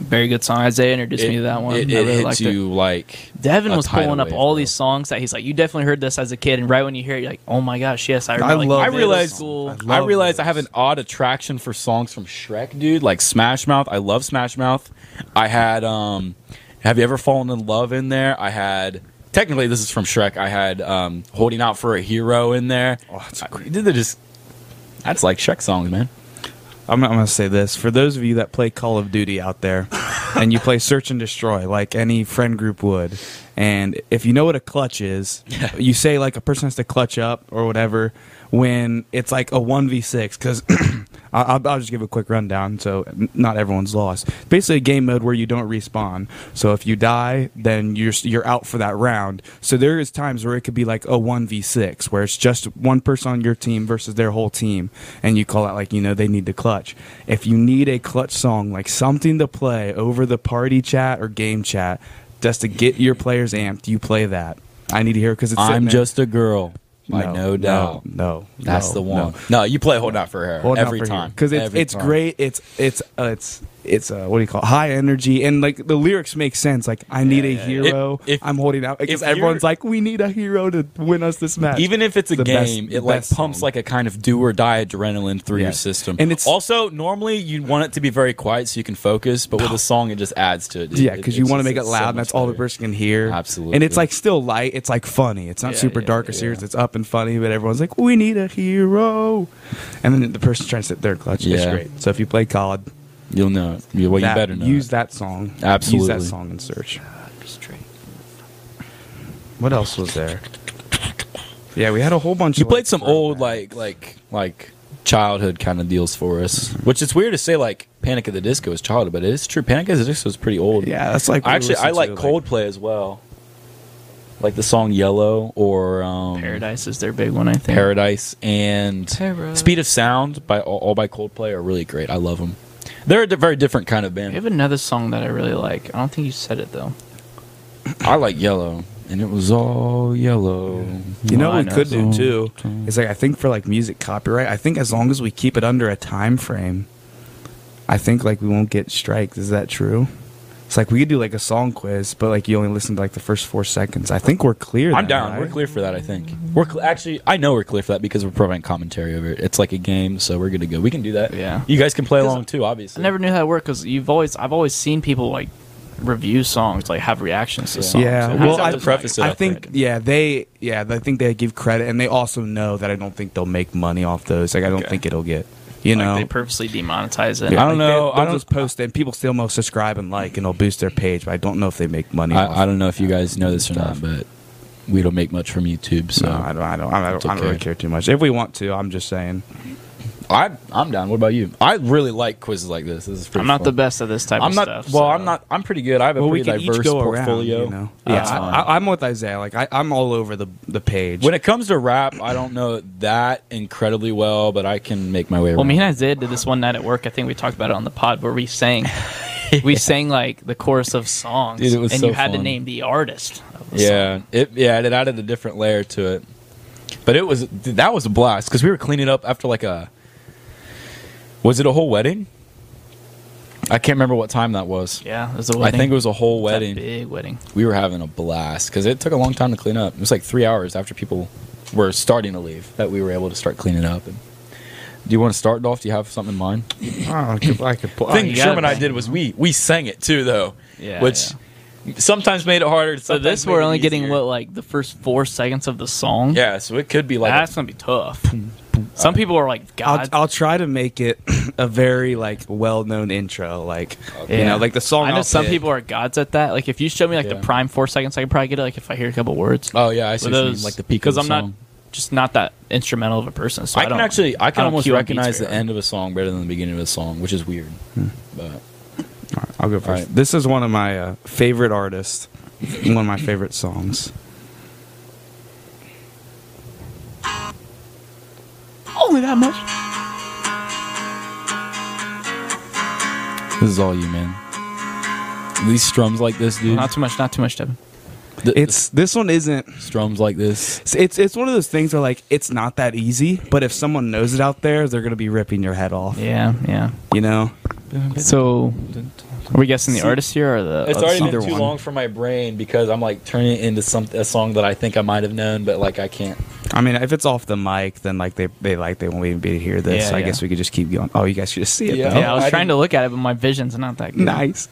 Very good song. Isaiah introduced me to that one. It, I it really hits liked it. you like Devin a was tidal pulling up wave, all bro. these songs that he's like, you definitely heard this as a kid, and right when you hear it, you're like, oh my gosh, yes, I remember. like, love I Love middle realized school. I I love realized I those. have an odd attraction for songs from Shrek, dude. Like Smash Mouth. I love Smash Mouth. I had um Have You Ever Fallen in Love in there? I had technically this is from Shrek. I had um Holding Out for a Hero in there. Oh, that's I- dude, they're just that's like Shrek songs, man. I'm, I'm going to say this for those of you that play Call of Duty out there, and you play Search and Destroy like any friend group would, and if you know what a clutch is, you say like a person has to clutch up or whatever when it's like a one v six. <clears throat> Because I'll, I'll just give a quick rundown so n- not everyone's lost. Basically, a game mode where you don't respawn. So if you die, then you're s- you're out for that round. So there is times where it could be like a one v six, where it's just one person on your team versus their whole team, and you call it like you know they need to clutch. If you need a clutch song, like something to play over the party chat or game chat, just to get your players amped, you play that. I need to hear because it's sitting I'm there. just a girl. By no, doubt. no, no, That's no, the no. one. No, you play Hold Out for Her Hold every out for time. because it's Every it's time. great. It's it's uh, it's it's uh, what do you call it? high energy and like the lyrics make sense. Like I need a hero. If- if- I'm holding out if because you're- everyone's like, we need a hero to win us this match. Even if it's a The best- game, the it like best pumps song. like a kind of do or die adrenaline through your Yes. system. And it's- also normally you want it to be very quiet so you can focus, but with a song it just adds to it. dude. yeah, It- because you it's want to just- make it it's so loud, much and that's all the better. person can hear. Absolutely. and it's like still light. It's like funny. It's not Yeah, super yeah, dark or yeah. serious. It's up and funny, but everyone's like, we need a hero. And then the person's trying to sit there clutch. It's Yeah. great. So if you play COD, You'll know. It. You, well, that- you better know. use it. that song. use Absolutely. that song in search. What else was there? Yeah, we had a whole bunch. You of, played some throwback. old like like like childhood kind of deals for us. Which it's weird to say like Panic at the Disco is childhood, but it is true. Panic at the Disco is pretty old. Yeah, that's like what we Actually, I listen like to, Coldplay as well. Like the song Yellow or um, Paradise is their big one, I think. Paradise and Paradise. Speed of Sound by all, all by Coldplay are really great. I love them. They're a di- very different kind of We band. have another song that I really like. I don't think you said it though. I like Yellow, and it was all yellow. You know Well, what I we know could some- do too is like I think for like music copyright, I think as long as we keep it under a time frame, I think like we won't get strikes. Is that true? It's like we could do like a song quiz, but like you only listen to like the first four seconds. I think we're clear. I'm then, down. right? We're clear for that. I think we're cl- actually. I know we're clear for that because we're providing commentary over it. It's like a game, so we're good to go. We can do that. Yeah. You guys can play 'Cause along too. Obviously. I never knew how it worked because you've always I've always seen people like review songs, like have reactions to songs. Yeah, And We how well, does that just have work? to preface it. I up, think right? yeah, they yeah, I think they give credit, and they also know that I don't think they'll make money off those. Like I don't Okay. think it'll get you like, know. they purposely demonetize it. Yeah. I don't Like, they- know. I they'll don't- just post it, and people still most subscribe and like, and it'll boost their page. But I don't know if they make money. off I, I don't know if you guys know this or not, but we don't make much from YouTube. So No, I don't. I don't. I don't, It's I don't really okay. care too much. If we want to, I'm just saying. I, I'm down. What about you? I really like quizzes like this. This is pretty I'm not fun. the best at this type I'm of not. stuff. well, so- I'm not. I'm pretty good. I have a Well, we pretty can each diverse go portfolio. around. You know. Yeah, Yeah, it's fine. I, I, I'm with Isaiah. Like I, I'm all over the the page. when it comes to rap, I don't know that incredibly well, but I can make my way. Well, around. me and Isaiah did this one night at work. I think we talked about it on the pod where we sang, <laughs> we sang like the chorus of songs, Dude, it was and so you had to fun. name the artist. Of the song. Yeah, it yeah, it added a different layer to it. But it was dude, that was a blast because we were cleaning up after like a was it a whole wedding? I can't remember what time that was. yeah. It was a I wedding. think it was a whole It's a wedding. big wedding. We were having a blast because it took a long time to clean up. It was like three hours after people were starting to leave that we were able to start cleaning up. And do you want to start, Dolph? Do you have something in mind? Oh, <laughs> I could, I could pull. thing you gotta Sherman and I be- did was we we sang it too though, Yeah, which sometimes made it harder. So this we're only getting what like the first four seconds of the song. Yeah, so it could be like a that's gonna be tough. Some people are like, I'll, God, I'll try to make it <clears throat> a very like well known intro. Like you Yeah. know, like the song. I know I'll some pick. people are gods at that. Like if you show me like Yeah. the prime four seconds, I could probably get it. Like if I hear a couple words. Oh yeah, I see. With what you mean, those- like the peak. because Because I'm not just not that instrumental of a person. So I, I can don't- actually, I can don't almost cue on beats recognize the very end of a song better than the beginning of a song, which is weird. But I'll go first. right. This is one of my uh, favorite artists. one of my favorite songs. hard. Only that much. this is all you, man. These strums like this, dude. Not too much. Not too much, Devin. The- the It's this one isn't. strums like this. It's, it's it's one of those things where like it's not that easy, but if someone knows it out there, they're gonna be ripping your head off. Yeah, yeah. You know. So are we guessing the artist here or the? It's other already song? been Either too one. long for my brain because I'm like turning it into some a song that I think I might have known, but like I can't. I mean, if it's off the mic, then like they they like they won't even be to hear this. Yeah, so I yeah. guess we could just keep going. Oh, you guys should just see it. Yeah. though. Yeah, I was I trying to didn't- look at it, but my vision's not that good. Nice.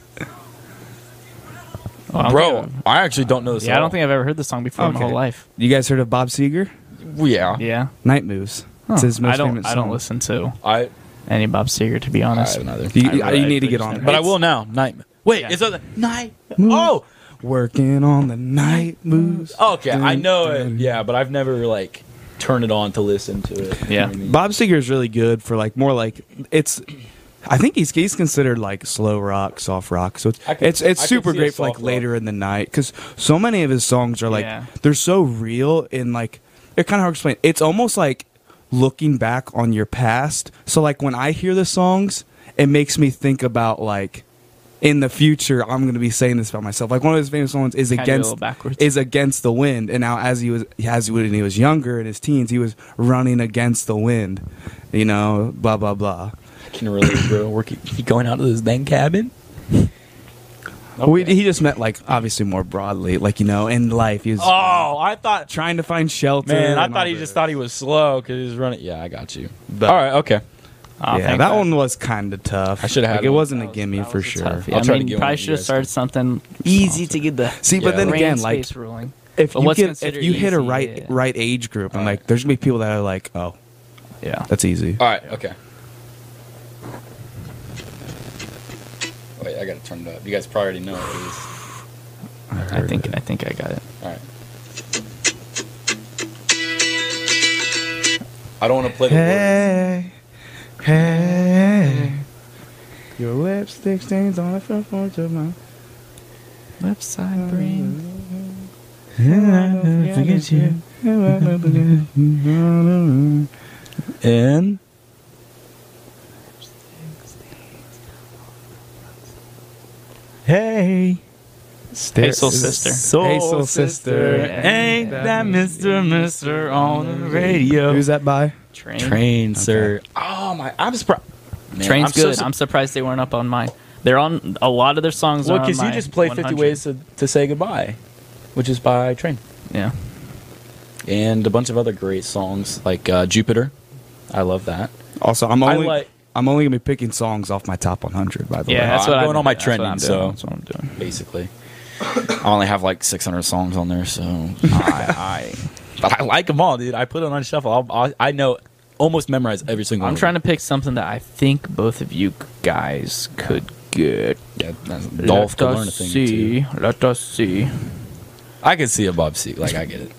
Well, I don't Bro, think I actually don't know I've- this. yeah, at I all. don't think I've ever heard this song before in my Okay. whole life. You guys heard of Bob Seger? Yeah, Yeah, Night Moves. Huh. It's his most I don't. famous I song. don't listen to I, any Bob Seger to be I honest. don't either. You, I really- you need to I get just on. never- it. But I will now. Night. Wait, Yeah. it's other night. Oh, Working on the night moves. okay, I know it. Dun, Yeah, but I've never like turned it on to listen to it. You know Yeah. what I mean? Bob Seger is really good for like more like it's. I think he's he's considered like slow rock, soft rock. So it's I could- it's it's I could super see a great for like soft rock. later in the night because so many of his songs are like Yeah. they're so real and like they're kind of hard to explain. It's almost like looking back on your past. So like when I hear the songs, it makes me think about like in the future I'm gonna be saying this about myself. Like one of his famous songs is Kinda do a against little backwards. is against the wind. And now as he was as he was, when he was younger in his teens, he was running against the wind. You know, blah blah blah. I can relate, bro. We're keep, keep going out of this dang cabin. We, he just meant like obviously more broadly, like you know, in life he was Oh, I thought, trying to find shelter. man, I and thought all he that. just thought he was slow because he was running. Yeah, I got you. But- All right, okay. Oh, yeah, thank that God. one was kind of tough. I should've had Like, it one. wasn't That a was- gimme that for was a sure. tough- I'll I try to mean, get one probably of you should have guys started to- something easy to get the See, Yeah. but then brain again, like space rolling. if But you what's get if considered you hit a easy, right yeah. right age group, and Alright. like there's gonna be people that are like, oh, Yeah. that's easy. All right, okay. Wait, I got to turn it up. You guys probably already know what it is. I think I think I got it. All right. I don't want to play the words. Hey, Hey, your lipstick stains on the front porch of my. Left side brain. Forget you. And hey, Hazel sister. Hazel sister. ain't that Mister Mister on the radio? Who's that by? Train. Train, sir. Oh my! I'm surprised. Man, Train's I'm so good. sur- I'm surprised they weren't up on mine. They're on a lot of their songs. well, are on because you my just played 50 100. Ways to, to Say Goodbye, which is by Train, Yeah. and a bunch of other great songs like uh, Jupiter. I love that. Also, I'm I only like- I'm only gonna be picking songs off my top 100. By the Yeah, way, that's I'm what going I'm on my that's what trending, I'm doing, so- that's what I'm doing. basically. <coughs> I only have like 600 songs on there, so I, I but I like them all, dude. I put it on shuffle. I'll, I'll, I know almost memorize every single. <laughs> I'm trying to pick something that I think both of you guys could get. Yeah, that's Dolph to Let learn a us thing see. too. Let us see. I can see a Bob Seger. Like I get it.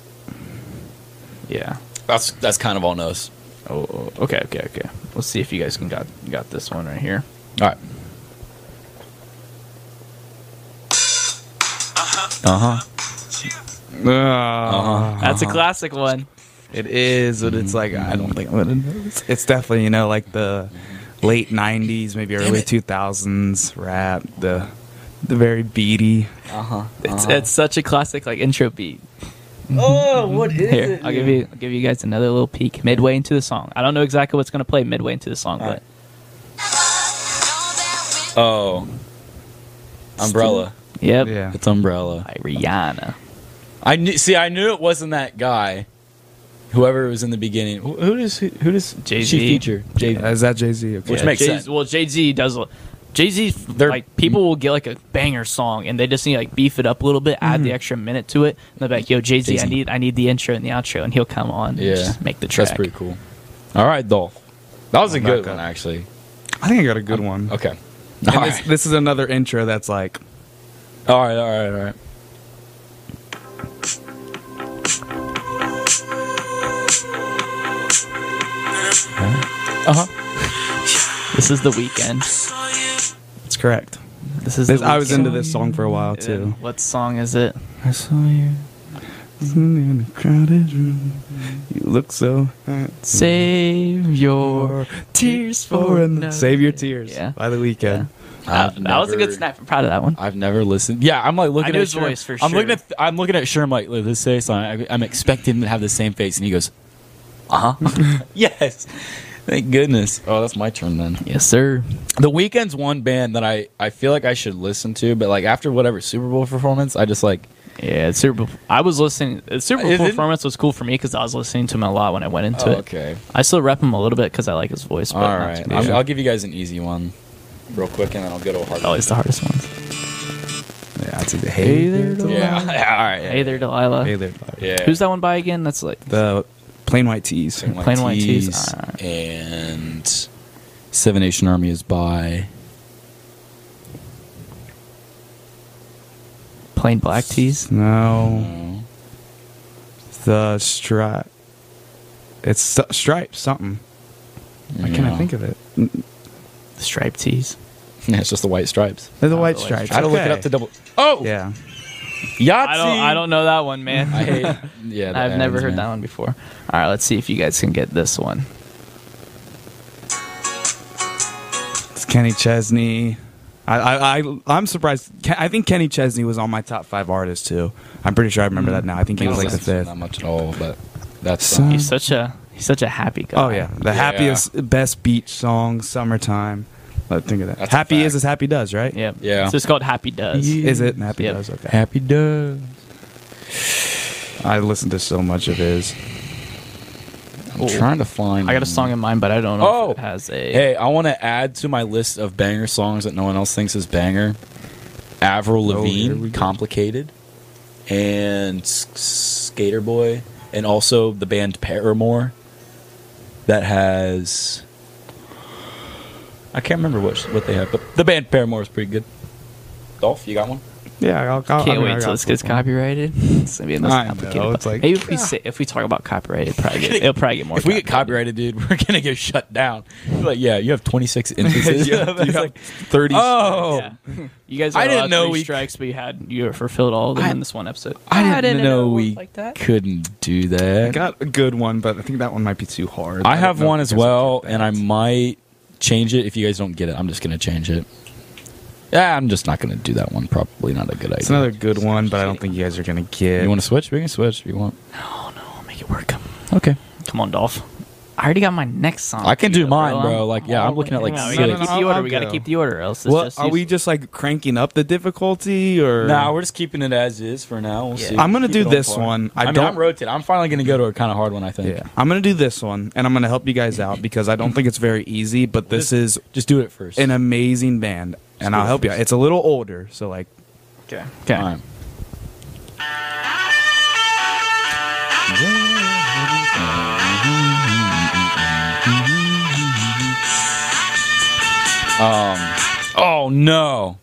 Yeah. That's that's kind of on us. Oh, oh, okay, okay, okay. Let's see if you guys can got got this one right here. All right. Uh huh. Ah, That's Uh-huh. a classic one. it is, but it's like I don't think I'm gonna. Know. It's, it's definitely you know like the late 90s, maybe early 2000s rap. The the very beady. Uh huh. It's it's such a classic like intro beat. <laughs> Oh, what is Here, I'll give you I'll give you guys another little peek midway into the song. I don't know exactly what's gonna play midway into the song, All but right. Oh, Umbrella. yep. Yeah. It's Umbrella. By Rihanna. I knew, see. I knew it wasn't that guy. Whoever was in the beginning. Who who does who, who does Jay-Z. she feature? Jay Uh, Is that Jay Z? Okay. Which makes Jay- sense. Well, Jay Z does. Jay Z, They're- like people will get like a banger song, and they just need to, like beef it up a little bit, add the extra minute to it, and they're like, "Yo, Jay Z, I Mm-hmm. Jay-Z. need I need the intro and the outro," and he'll come on, and Yeah, just make the track. That's pretty cool. All right, Dolph. That was a I'm good back up. one, actually. I think I got a good one. Okay. All And this, right. this is another intro that's like all right. All right. All right. Uh huh. This is the weekend. it's correct. This is. This, The I was Weeknd. into this song for a while And too. What song is it? I saw you in a crowded room. You look so Save your tears for another. Save your tears. Yeah. By the weekend. Uh, that was a good snap. I'm proud of that one. I've never listened. Yeah, I'm like looking knew at his Sherm. voice for I'm looking sure. at I'm looking at Sherm like "Look, this say something. I, I'm expecting him to have the same face, and he goes, <laughs> "Uh huh, yes." Thank goodness. Oh, that's my turn then. <laughs> Yes, sir. The Weeknd's one band that I I feel like I should listen to, but like after whatever Super Bowl performance, I just like Yeah, it's Super. Bowl- I was listening. uh, Super Bowl Is it- performance was cool for me because I was listening to him a lot when I went into Oh, it. okay. I still rep him a little bit because I like his voice. But All not right, too I'm- much. I'll give you guys an easy one, real quick, and then I'll go to a hard. always the hardest ones. Yeah, it's a hey there. one. <laughs> Yeah. All right. Hey there, Delilah. Hey there. Yeah. Who's that one by again? That's like The plain white tees. Plain White Tees, all right. and Seven Nation Army is by <laughs> plain black tees. No. The stripe. It's st- stripes something. Why can't I think of it? Striped tees. Yeah, it's just the white stripes. They're the Oh, white the white stripes. stripes. I had to look it up Okay. to double. Oh, Yeah. Yahtzee. I don't. I don't know that one, man. <laughs> <laughs> I hate. Yeah, the I've never Adams, heard man. that one before. All right, let's see if you guys can get this one. It's Kenny Chesney. I, I, I, I'm surprised. Ke- I think Kenny Chesney was on my top five artists, too. I'm pretty sure I remember that now. I think he I was don't like the listen to fifth. Not much at all, but that's So- uh, He's such a he's such a happy guy. Oh yeah, the Yeah. happiest, best beach song, summertime. Let think of that. That's a happy is fact. as happy does, right? Yep. Yeah. So it's called Happy Does. Is it happy Yep. does? Okay. happy does. I listened to so much of his. I'm trying to find. I got a song in mind, but I don't know Oh, if it has a. Hey, I want to add to my list of banger songs that no one else thinks is banger. Avril Oh, here Lavigne, we go. "Complicated," and S- Skater Boy, and also the band Paramore. That has, I can't remember what what they have, but the band Paramore is pretty good. Dolph, you got one? Yeah, I'll, I'll, Can't I mean, I wait got till this gets football. copyrighted. It's gonna be the most I know, complicated. it's po- like- Maybe if we say, if we talk about copyright, it <laughs> probably get, it'll probably get more. If we get copyrighted. copyrighted, dude, <laughs> we're gonna get shut down. You're like, yeah, you have <laughs> 26 instances. <laughs> You have- you It's have like, 30. Oh, Yeah. <laughs> You guys, I I didn't didn't know three we- strikes, but you had you fulfilled all of them I- in this one episode. I didn't, know we like that. couldn't do I that. got a good one, but I think that one might be too hard. I don't have know if one you as guys would well, get and I that. might change it if you guys don't get it. I'm just gonna change it. Yeah, I'm just not gonna do that one. Probably not a good idea. It's another good one, but I don't think you guys are gonna get. You want to switch? We can switch if you want. I'll make it work. Okay, Come on, Dolph. I already got my next song. I can queued do up, mine, bro. Like, yeah, I'm all looking at, in. like, Hang on, six. we gotta keep I'll- the order. I'll we gotta go. keep the order, else it's Well, just are we just like cranking up the difficulty, or nah, we're just keeping it as is for now. We'll Yeah. see. I'm gonna Keep do it on this par. one. I I, mean, don't- I'm rotating. I'm finally gonna go to a kind of hard one. I think. Yeah, I'm gonna do this one, and I'm gonna help you guys out because I don't think it's very easy. But this is Just do it first. an amazing band, and I'll help you. out. It's a little older, so like okay. Okay. All right. Um. Oh no!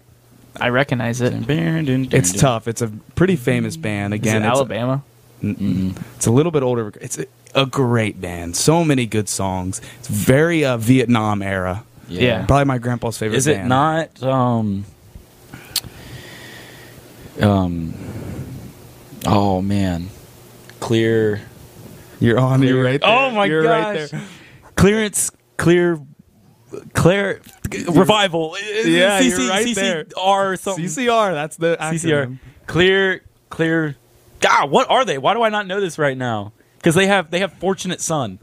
I recognize it. Is it's tough. It's a pretty famous band. it Again, it's, Alabama? It's a little bit older. It's a, a great band. So many good songs. It's very uh, Vietnam era. Yeah. Probably my grandpa's favorite. Is it band. not? Um. Um. Oh man, clear. You're on. You're right. There. Oh my You're gosh! Right there. Clearance, clear, clear, revival. Yeah, you're right there. CCR something. CCR. That's the CCR. acronym. Clear, clear. God, what are they? Why do I not know this right now? Because they have they have Fortunate Son.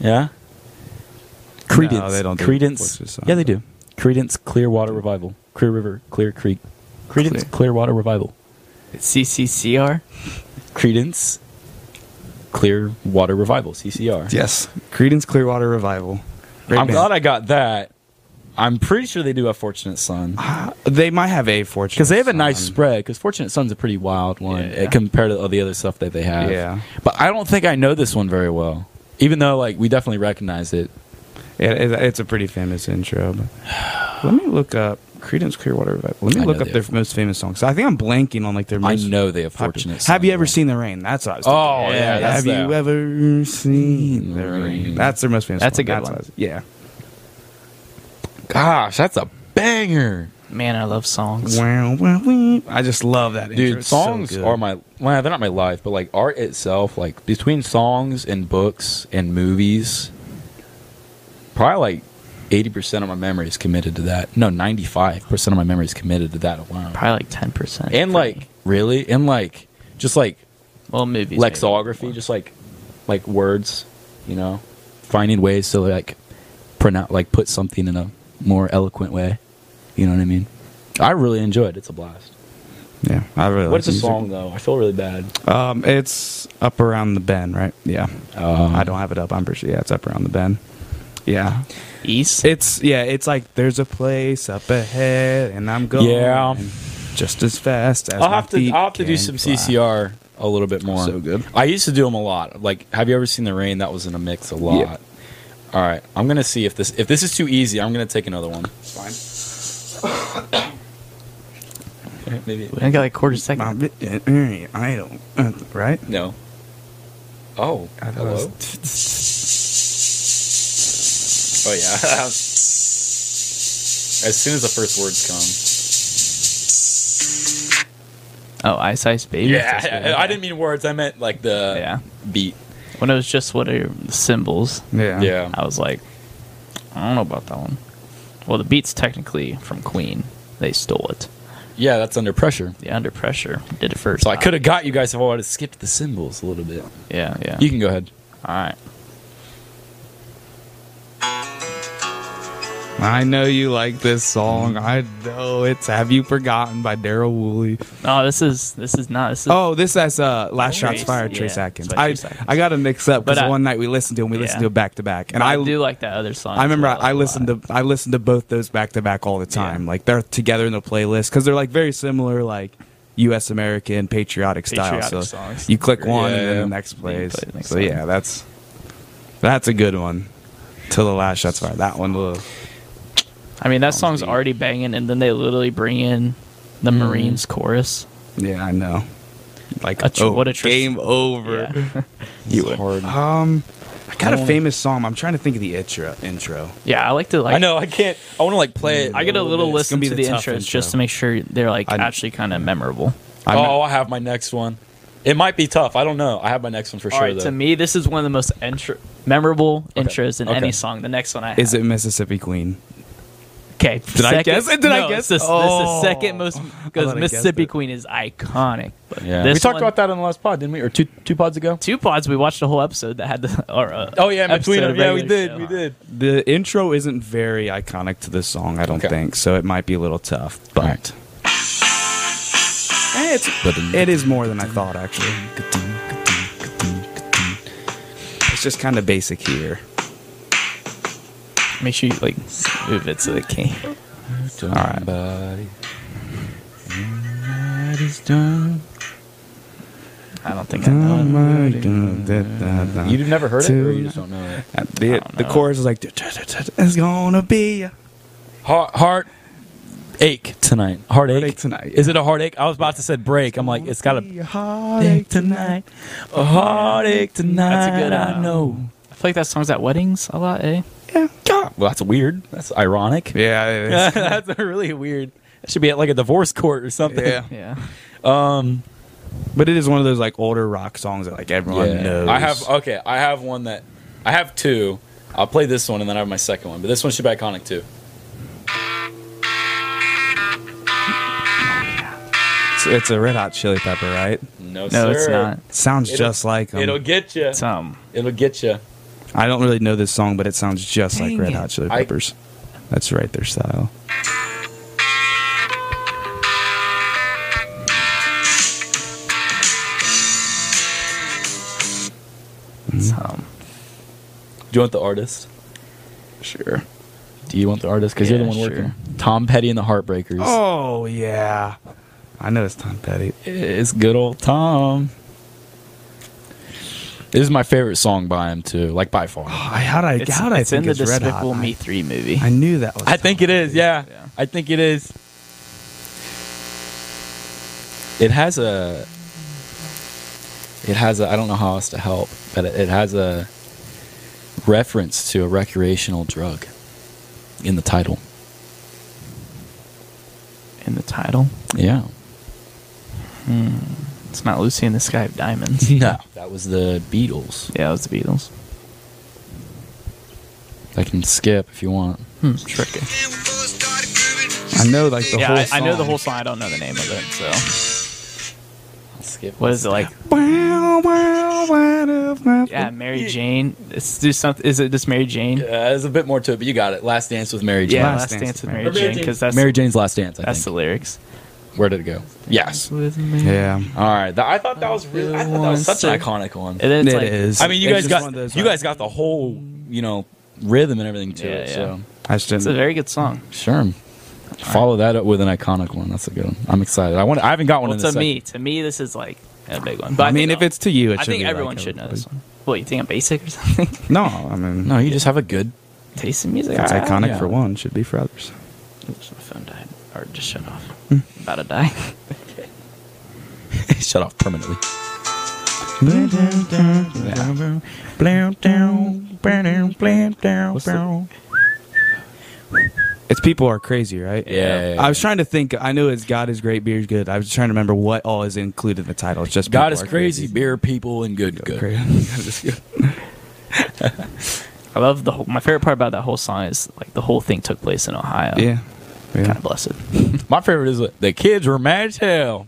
Yeah. Credence. No, they don't do Credence. Fortunate Son, yeah, they though. do. Credence Clearwater Revival. Clear River. Clear Creek. Credence Clear. Clearwater Revival. It's CCCR. Credence Clearwater Revival. CCR. Yes. Creedence Clearwater Revival. Great I'm band. glad I got that. I'm pretty sure they do have Fortunate Son. Ah, they might have a fortune because they have a nice Son. spread. Because Fortunate Son's a pretty wild one Yeah. uh, compared to all the other stuff that they have. Yeah. but I don't think I know this one very well. Even though, like, we definitely recognize it. Yeah, it, it's a pretty famous intro. But <sighs> let me look up Creedence Clearwater Revival. Let me I know look up they their have- most famous songs. So I think I'm blanking on like their. I Most know they have popular- Fortunate. Son, Have you ever though. seen the rain? That's what I was thinking. Oh yeah, that's have that you one. ever seen the rain? Rain. That's their most famous. That's a song. good what one. I was- Yeah, Gosh, that's a banger, Man, I love songs. Wow, wow, wow. I just love that. intro. dude. It's so Songs good. are my well, they're not my life, but like art itself, like between songs and books and movies, probably like. 80% of my memory is committed to that. No, 95% of my memory is committed to that alone. Probably like ten percent. And like, really? And like, just like well, movies. maybe. lexicography, just like like words, you know, finding ways to like pronounce, like put something in a more eloquent way. You know what I mean? I really enjoyed. it. It's a blast. Yeah, I really. like What's the music. song though? I feel really bad. Um, it's up around the bend, right? Yeah. Um, I don't have it up. I'm pretty sure. Yeah, it's up around the bend. Yeah. East. It's yeah. It's like there's a place up ahead, and I'm going. Yeah. Just as fast as I'll my have to. feet I'll have to do can some fly. CCR a little bit more. So good. I used to do them a lot. Like, have you ever seen the rain? That was in a mix a lot. Yeah. All right, I'm gonna see if this if this is too easy. I'm gonna take another one. Fine. Maybe We only got like quarter second. My bit- uh, uh, I don't uh, right. No. Oh, I thought it hello. oh <laughs> yeah. as soon as the first words come. oh, Ice Ice Baby. That's what Yeah, it I, I didn't mean words. I meant like the was. Yeah. beat. When it was just what are the symbols, Yeah. Yeah. I was like, I don't know about that one. Well, the beat's technically from Queen. They stole it. Yeah, that's under pressure. The Under Pressure did it first. So I could have got you guys if I would have skipped the symbols a little bit. Yeah, yeah. You can go ahead. All right. I know you like this song. I know it's "Have You Forgotten" by Daryl Woolley. Oh, this is this is not. This is, Oh, this has uh, "Last Shots Trace, Fired" yeah, Trace Atkins. it's by I Trace Atkins. I got to mix up But because I- one night we listened to them. We listened Yeah. to it back to back, and I, I do like that other song. I as remember well, I a listened lot. to I listened to both those back to back all the time. Like they're together in the playlist because they're like very similar, like U.S. American patriotic style. Patriotic so songs. you click one Yeah, and then yeah. the next plays. play the next so one. yeah, that's that's a good one. Till the last shots fired. That one will. Oh, I mean, that song's already banging, and then they literally bring in the Mm-hmm. Marines chorus. Yeah, I know. Like A tr- oh, what a tr- game over. Yeah. You hard. Um, I got I a wanna- famous song. I'm trying to think of the intro. Intro. yeah, I like to like. I know. I can't. I want to like play it. I get a little bit. listen be to the the tough intros intro. just to make sure they're like I- actually kind of memorable. I'm oh, I'll have my next one. It might be tough. I don't know. I have my next one for All sure. right, though. to me, this is one of the most intro- memorable intros in Okay. any song. The next one I have. Is it Mississippi Queen? Okay. Did I guess it? Did I guess This, this it? is the Oh. second most because thought I guessed Mississippi it. Queen is iconic. But Yeah. this we talked one- about that on the last pod, didn't we? Or two two pods ago? two pods. We watched a whole episode that had the. <laughs> Or, uh, Oh yeah, in episode between of them. Yeah, we regular did. show. We did. The intro isn't very iconic to this song, I don't Okay. think, so it might be a little tough. But Alright. Eh, it's, it is more than I thought, actually. It's just kind of basic here. Make sure you like move it so they can't. All right. I don't think I Oh Mm, know. it. You've never heard it, or you Tonight. just don't know it. Uh, The, the chorus is like, "Duh, duh, duh, duh, it's gonna be a Heart, heart ache tonight. Heartache, Heartache tonight, Is it a heartache? I was about to say break. I'm like, it's got a heartache tonight. a heartache tonight. That's a good, uh, I know. I feel like that song's at weddings a lot, <laughs> eh? Yeah. God, well, that's weird. That's ironic. Yeah, it <laughs> is. that's a really weird. That should be at like a divorce court or something. <laughs> Yeah. Yeah. Um. But it is one of those like older rock songs that like everyone knows. I have uh, okay. I have one that I have two. I'll play this one and then I have my second one. But this one should be iconic too. it's, it's a Red Hot Chili Pepper, right? No, No, it's sir. not. Sounds It'll- just like them. It'll get you. It's um. It'll get you. I don't really know this song, but it sounds just Dang like Red it. Hot Chili I- Peppers. That's right, their style. Mm. It's, um Do you want the artist? Sure. Do you want the artist? Because you're Yeah, the one sure. working. Tom Petty and the Heartbreakers. Oh yeah, I know it's Tom Petty. It's good old Tom. This is my favorite song by him too, like by far. I how'd I it's, how'd I it's in think the it's Red Despicable Hot? Me Three movie. I knew that was. I think it is. Yeah, Yeah. I think it is. It has a. It has a. I don't know how else to help, but it, it has a reference to a recreational drug in the title. in the title. <laughs> Yeah. It's not Lucy in the Sky of Diamonds. No, that was the Beatles. Yeah, it was the Beatles. I can skip if you want. Hmm, tricky. I know like the yeah, whole. I, I know the song. whole song. I don't know the name of it. So I'll skip. what is it like? Wow, wow, wow, wow. Yeah, Mary Jane. Let's do something. Is it just Mary Jane? Uh, there's a bit more to it, but you got it. Last dance with Mary Jane. Yeah, Last Last Dance Dance with with Mary Mary Jane because that's Mary Jane's last dance. I that's the think. lyrics. Where did it go? Yes. All With Mary. Yeah. right. Th- I thought that was really. I thought that was such an iconic one. And then It it's is. like, I mean, you It's guys just one got of those, you like- guys got the whole you know rhythm and everything to Yeah, it. yeah. So I just It's a didn't. very good song. sure. Follow that up with an iconic one. That's a good one. I'm excited. I want. I haven't got one Well, in to the me, to me, this is like a big one. But I mean, think- if it's to you, it I should think be everyone like should know everybody. this one. What you think I'm basic or <laughs> something? No, I mean, No, you just have a good. Taste in music. it's all right. iconic yeah. for one, should be for others. Oops, my phone died, or just shut off. About to die. <laughs> <laughs> Shut off permanently. What's the- It's people are crazy, right? Yeah. I was trying to think. I know it's God is great, beer is good. I was trying to remember what all is included in the title. It's just God People is Are crazy, beer people, and good, good. Crazy. I love the whole. My favorite part about that whole song is like the whole thing took place in Ohio. yeah. Kind yeah. of blessed. <laughs> My favorite is uh, the kids were mad as hell.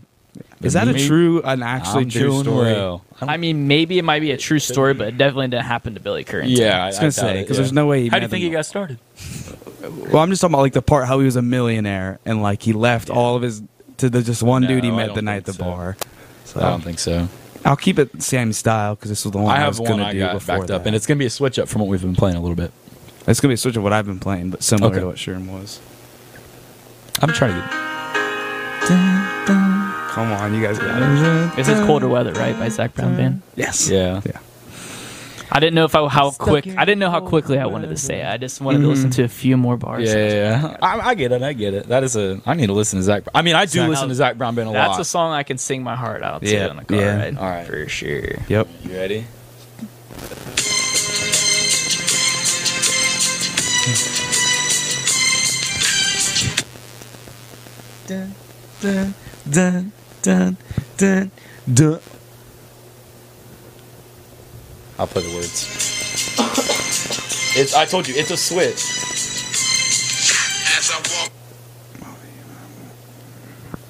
Is that a Me- true, an actually I'm true doing story? well. I mean, maybe it might be a true story, but it definitely didn't happen to Billy Currington. Yeah, I was gonna doubt say, it, 'cause yeah. there's no way he How do you met think him. he got started? Well, I'm just talking about like the part how he was a millionaire and like he left all of his to the just one No, dude he I met don't the night at the think so. bar. So I don't think so. I'll keep it same style because this was the one I I, have was one going to I do got before backed that. up, and it's gonna be a switch up from what we've been playing a little bit. It's gonna be a switch of what I've been playing, but similar Okay. to what Sherm was. I'm trying to get. Come on, you guys got it. Mm-hmm. This is colder weather, right? By Zach Brown Band. Yes. Yeah. Yeah. I didn't know if I how Stuck quick your I didn't know how whole quickly I wanted to say it. I just wanted to listen to a few more bars. Mm-hmm. Yeah, yeah, yeah. I, I get it. I get it. That is a. I need to listen to Zach. I mean, I do Zach- listen to Zach Brown Band a That's lot. a song I can sing my heart out to Yeah, on a car yeah. ride. All right. For sure. Yep. you ready? dun, dun, dun, dun, dun. I'll play the words. it's. I told you, it's a switch.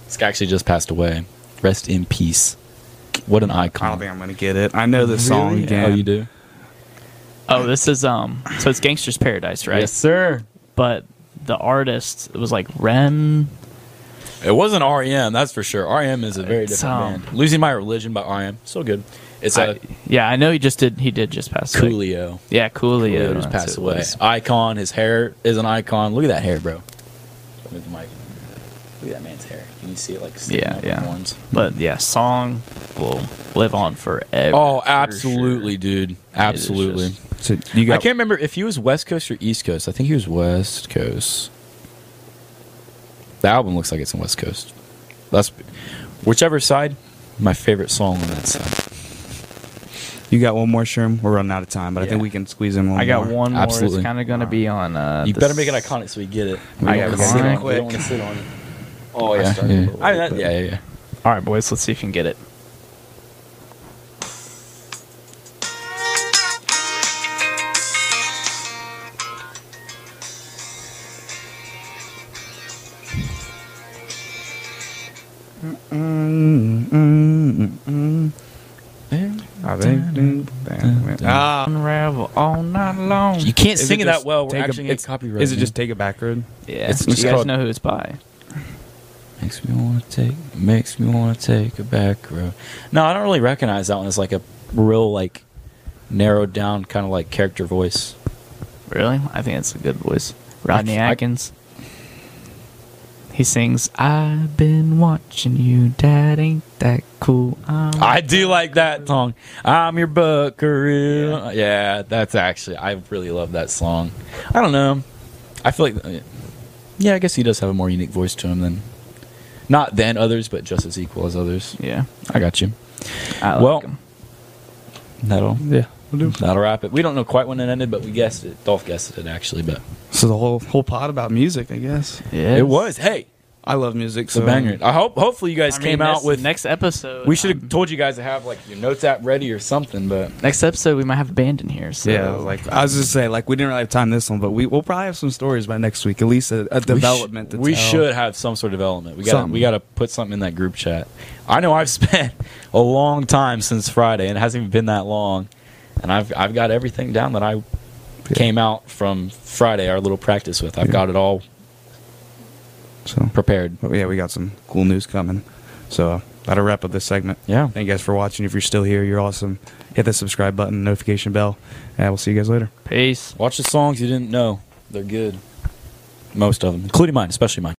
This guy actually just passed away. Rest in peace. What an I don't icon. think I'm gonna get it. I know this song Oh, again. you do? Oh, this is um so it's Gangster's Paradise, right? Yes, sir. But the artist it was like Rem It wasn't REM, that's for sure. REM is a very It's, different um, band. Losing My Religion by REM, so good. It's a I- yeah, I know he just did he did just pass away. Coolio. Yeah, Coolio, Coolio that's just passed who it away. was. Icon. His hair is an icon. Look at that hair, bro. Look at the mic. Look at that man's hair. Can you see it like sticking Yeah, out yeah. the horns? But yeah, song will live on forever. Oh, for absolutely, dude. Absolutely. just- So you I got can't remember if he was West Coast or East Coast. I think he was West Coast. The album looks like it's in West Coast. That's whichever side. My favorite song on that side. you got one more Sherm. We're running out of time, but I Yeah. think we can squeeze in one. I got more. one more. Absolutely. It's kind of going to be on. Uh, You the better make it s- iconic so we get it. We I don't got wanna sit one. on it. We don't wanna sit on it. Oh, I started a little late, but- yeah, yeah, yeah. All right, boys, let's see if you can get it. Mm, I think- Ah, Unravel all night long. You can't is sing it just that well. We're Take a- actually going it's- to copyright. Is it just take it back road? yeah, it's do you just guys called- know who it's by? makes me want to take makes me want to take a back road? No, I don't really recognize that one as like a real like narrowed down kind of like character voice. Really? I think it's a good voice. Rodney I- Atkins. He sings, "I've been watching you, Dad. Ain't that cool?" Um, I'm I do like that song. I'm your buckaroo. Yeah. that's actually I really love that song. I don't know. I feel like yeah, I guess he does have a more unique voice to him than not than others, but just as equal as others. yeah. I got you. I like Well, him. That'll Yeah, we'll do. that'll wrap it. We don't know quite when it ended, but we guessed it. Dolph guessed it actually, but So the whole whole pod about music, I guess. Yes. it was. Hey, I love music. it's a So banger. I hope hopefully you guys I mean, came out next- with. next episode. we should um, have told you guys to have like your notes app ready or something, but next episode we might have a band in here. So Yeah, like I was just saying, like we didn't really have time this one, but we will probably have some stories by next week. At least a, a We sh- development. to We, tell. should have some sort of development. We got Something. we got to put something in that group chat. I know I've <laughs> spent a long time since Friday, and it hasn't even been that long, and I've I've got everything down that I came out from Friday, our little practice with. I've Yeah. got it all So prepared. but yeah, we got some cool news coming. So uh, that'll wrap up this segment. Yeah. Thank you guys for watching. If you're still here, you're awesome. Hit the subscribe button, notification bell, and we'll see you guys later. peace. Watch the songs you didn't know; they're good. Most of them, including mine, especially mine.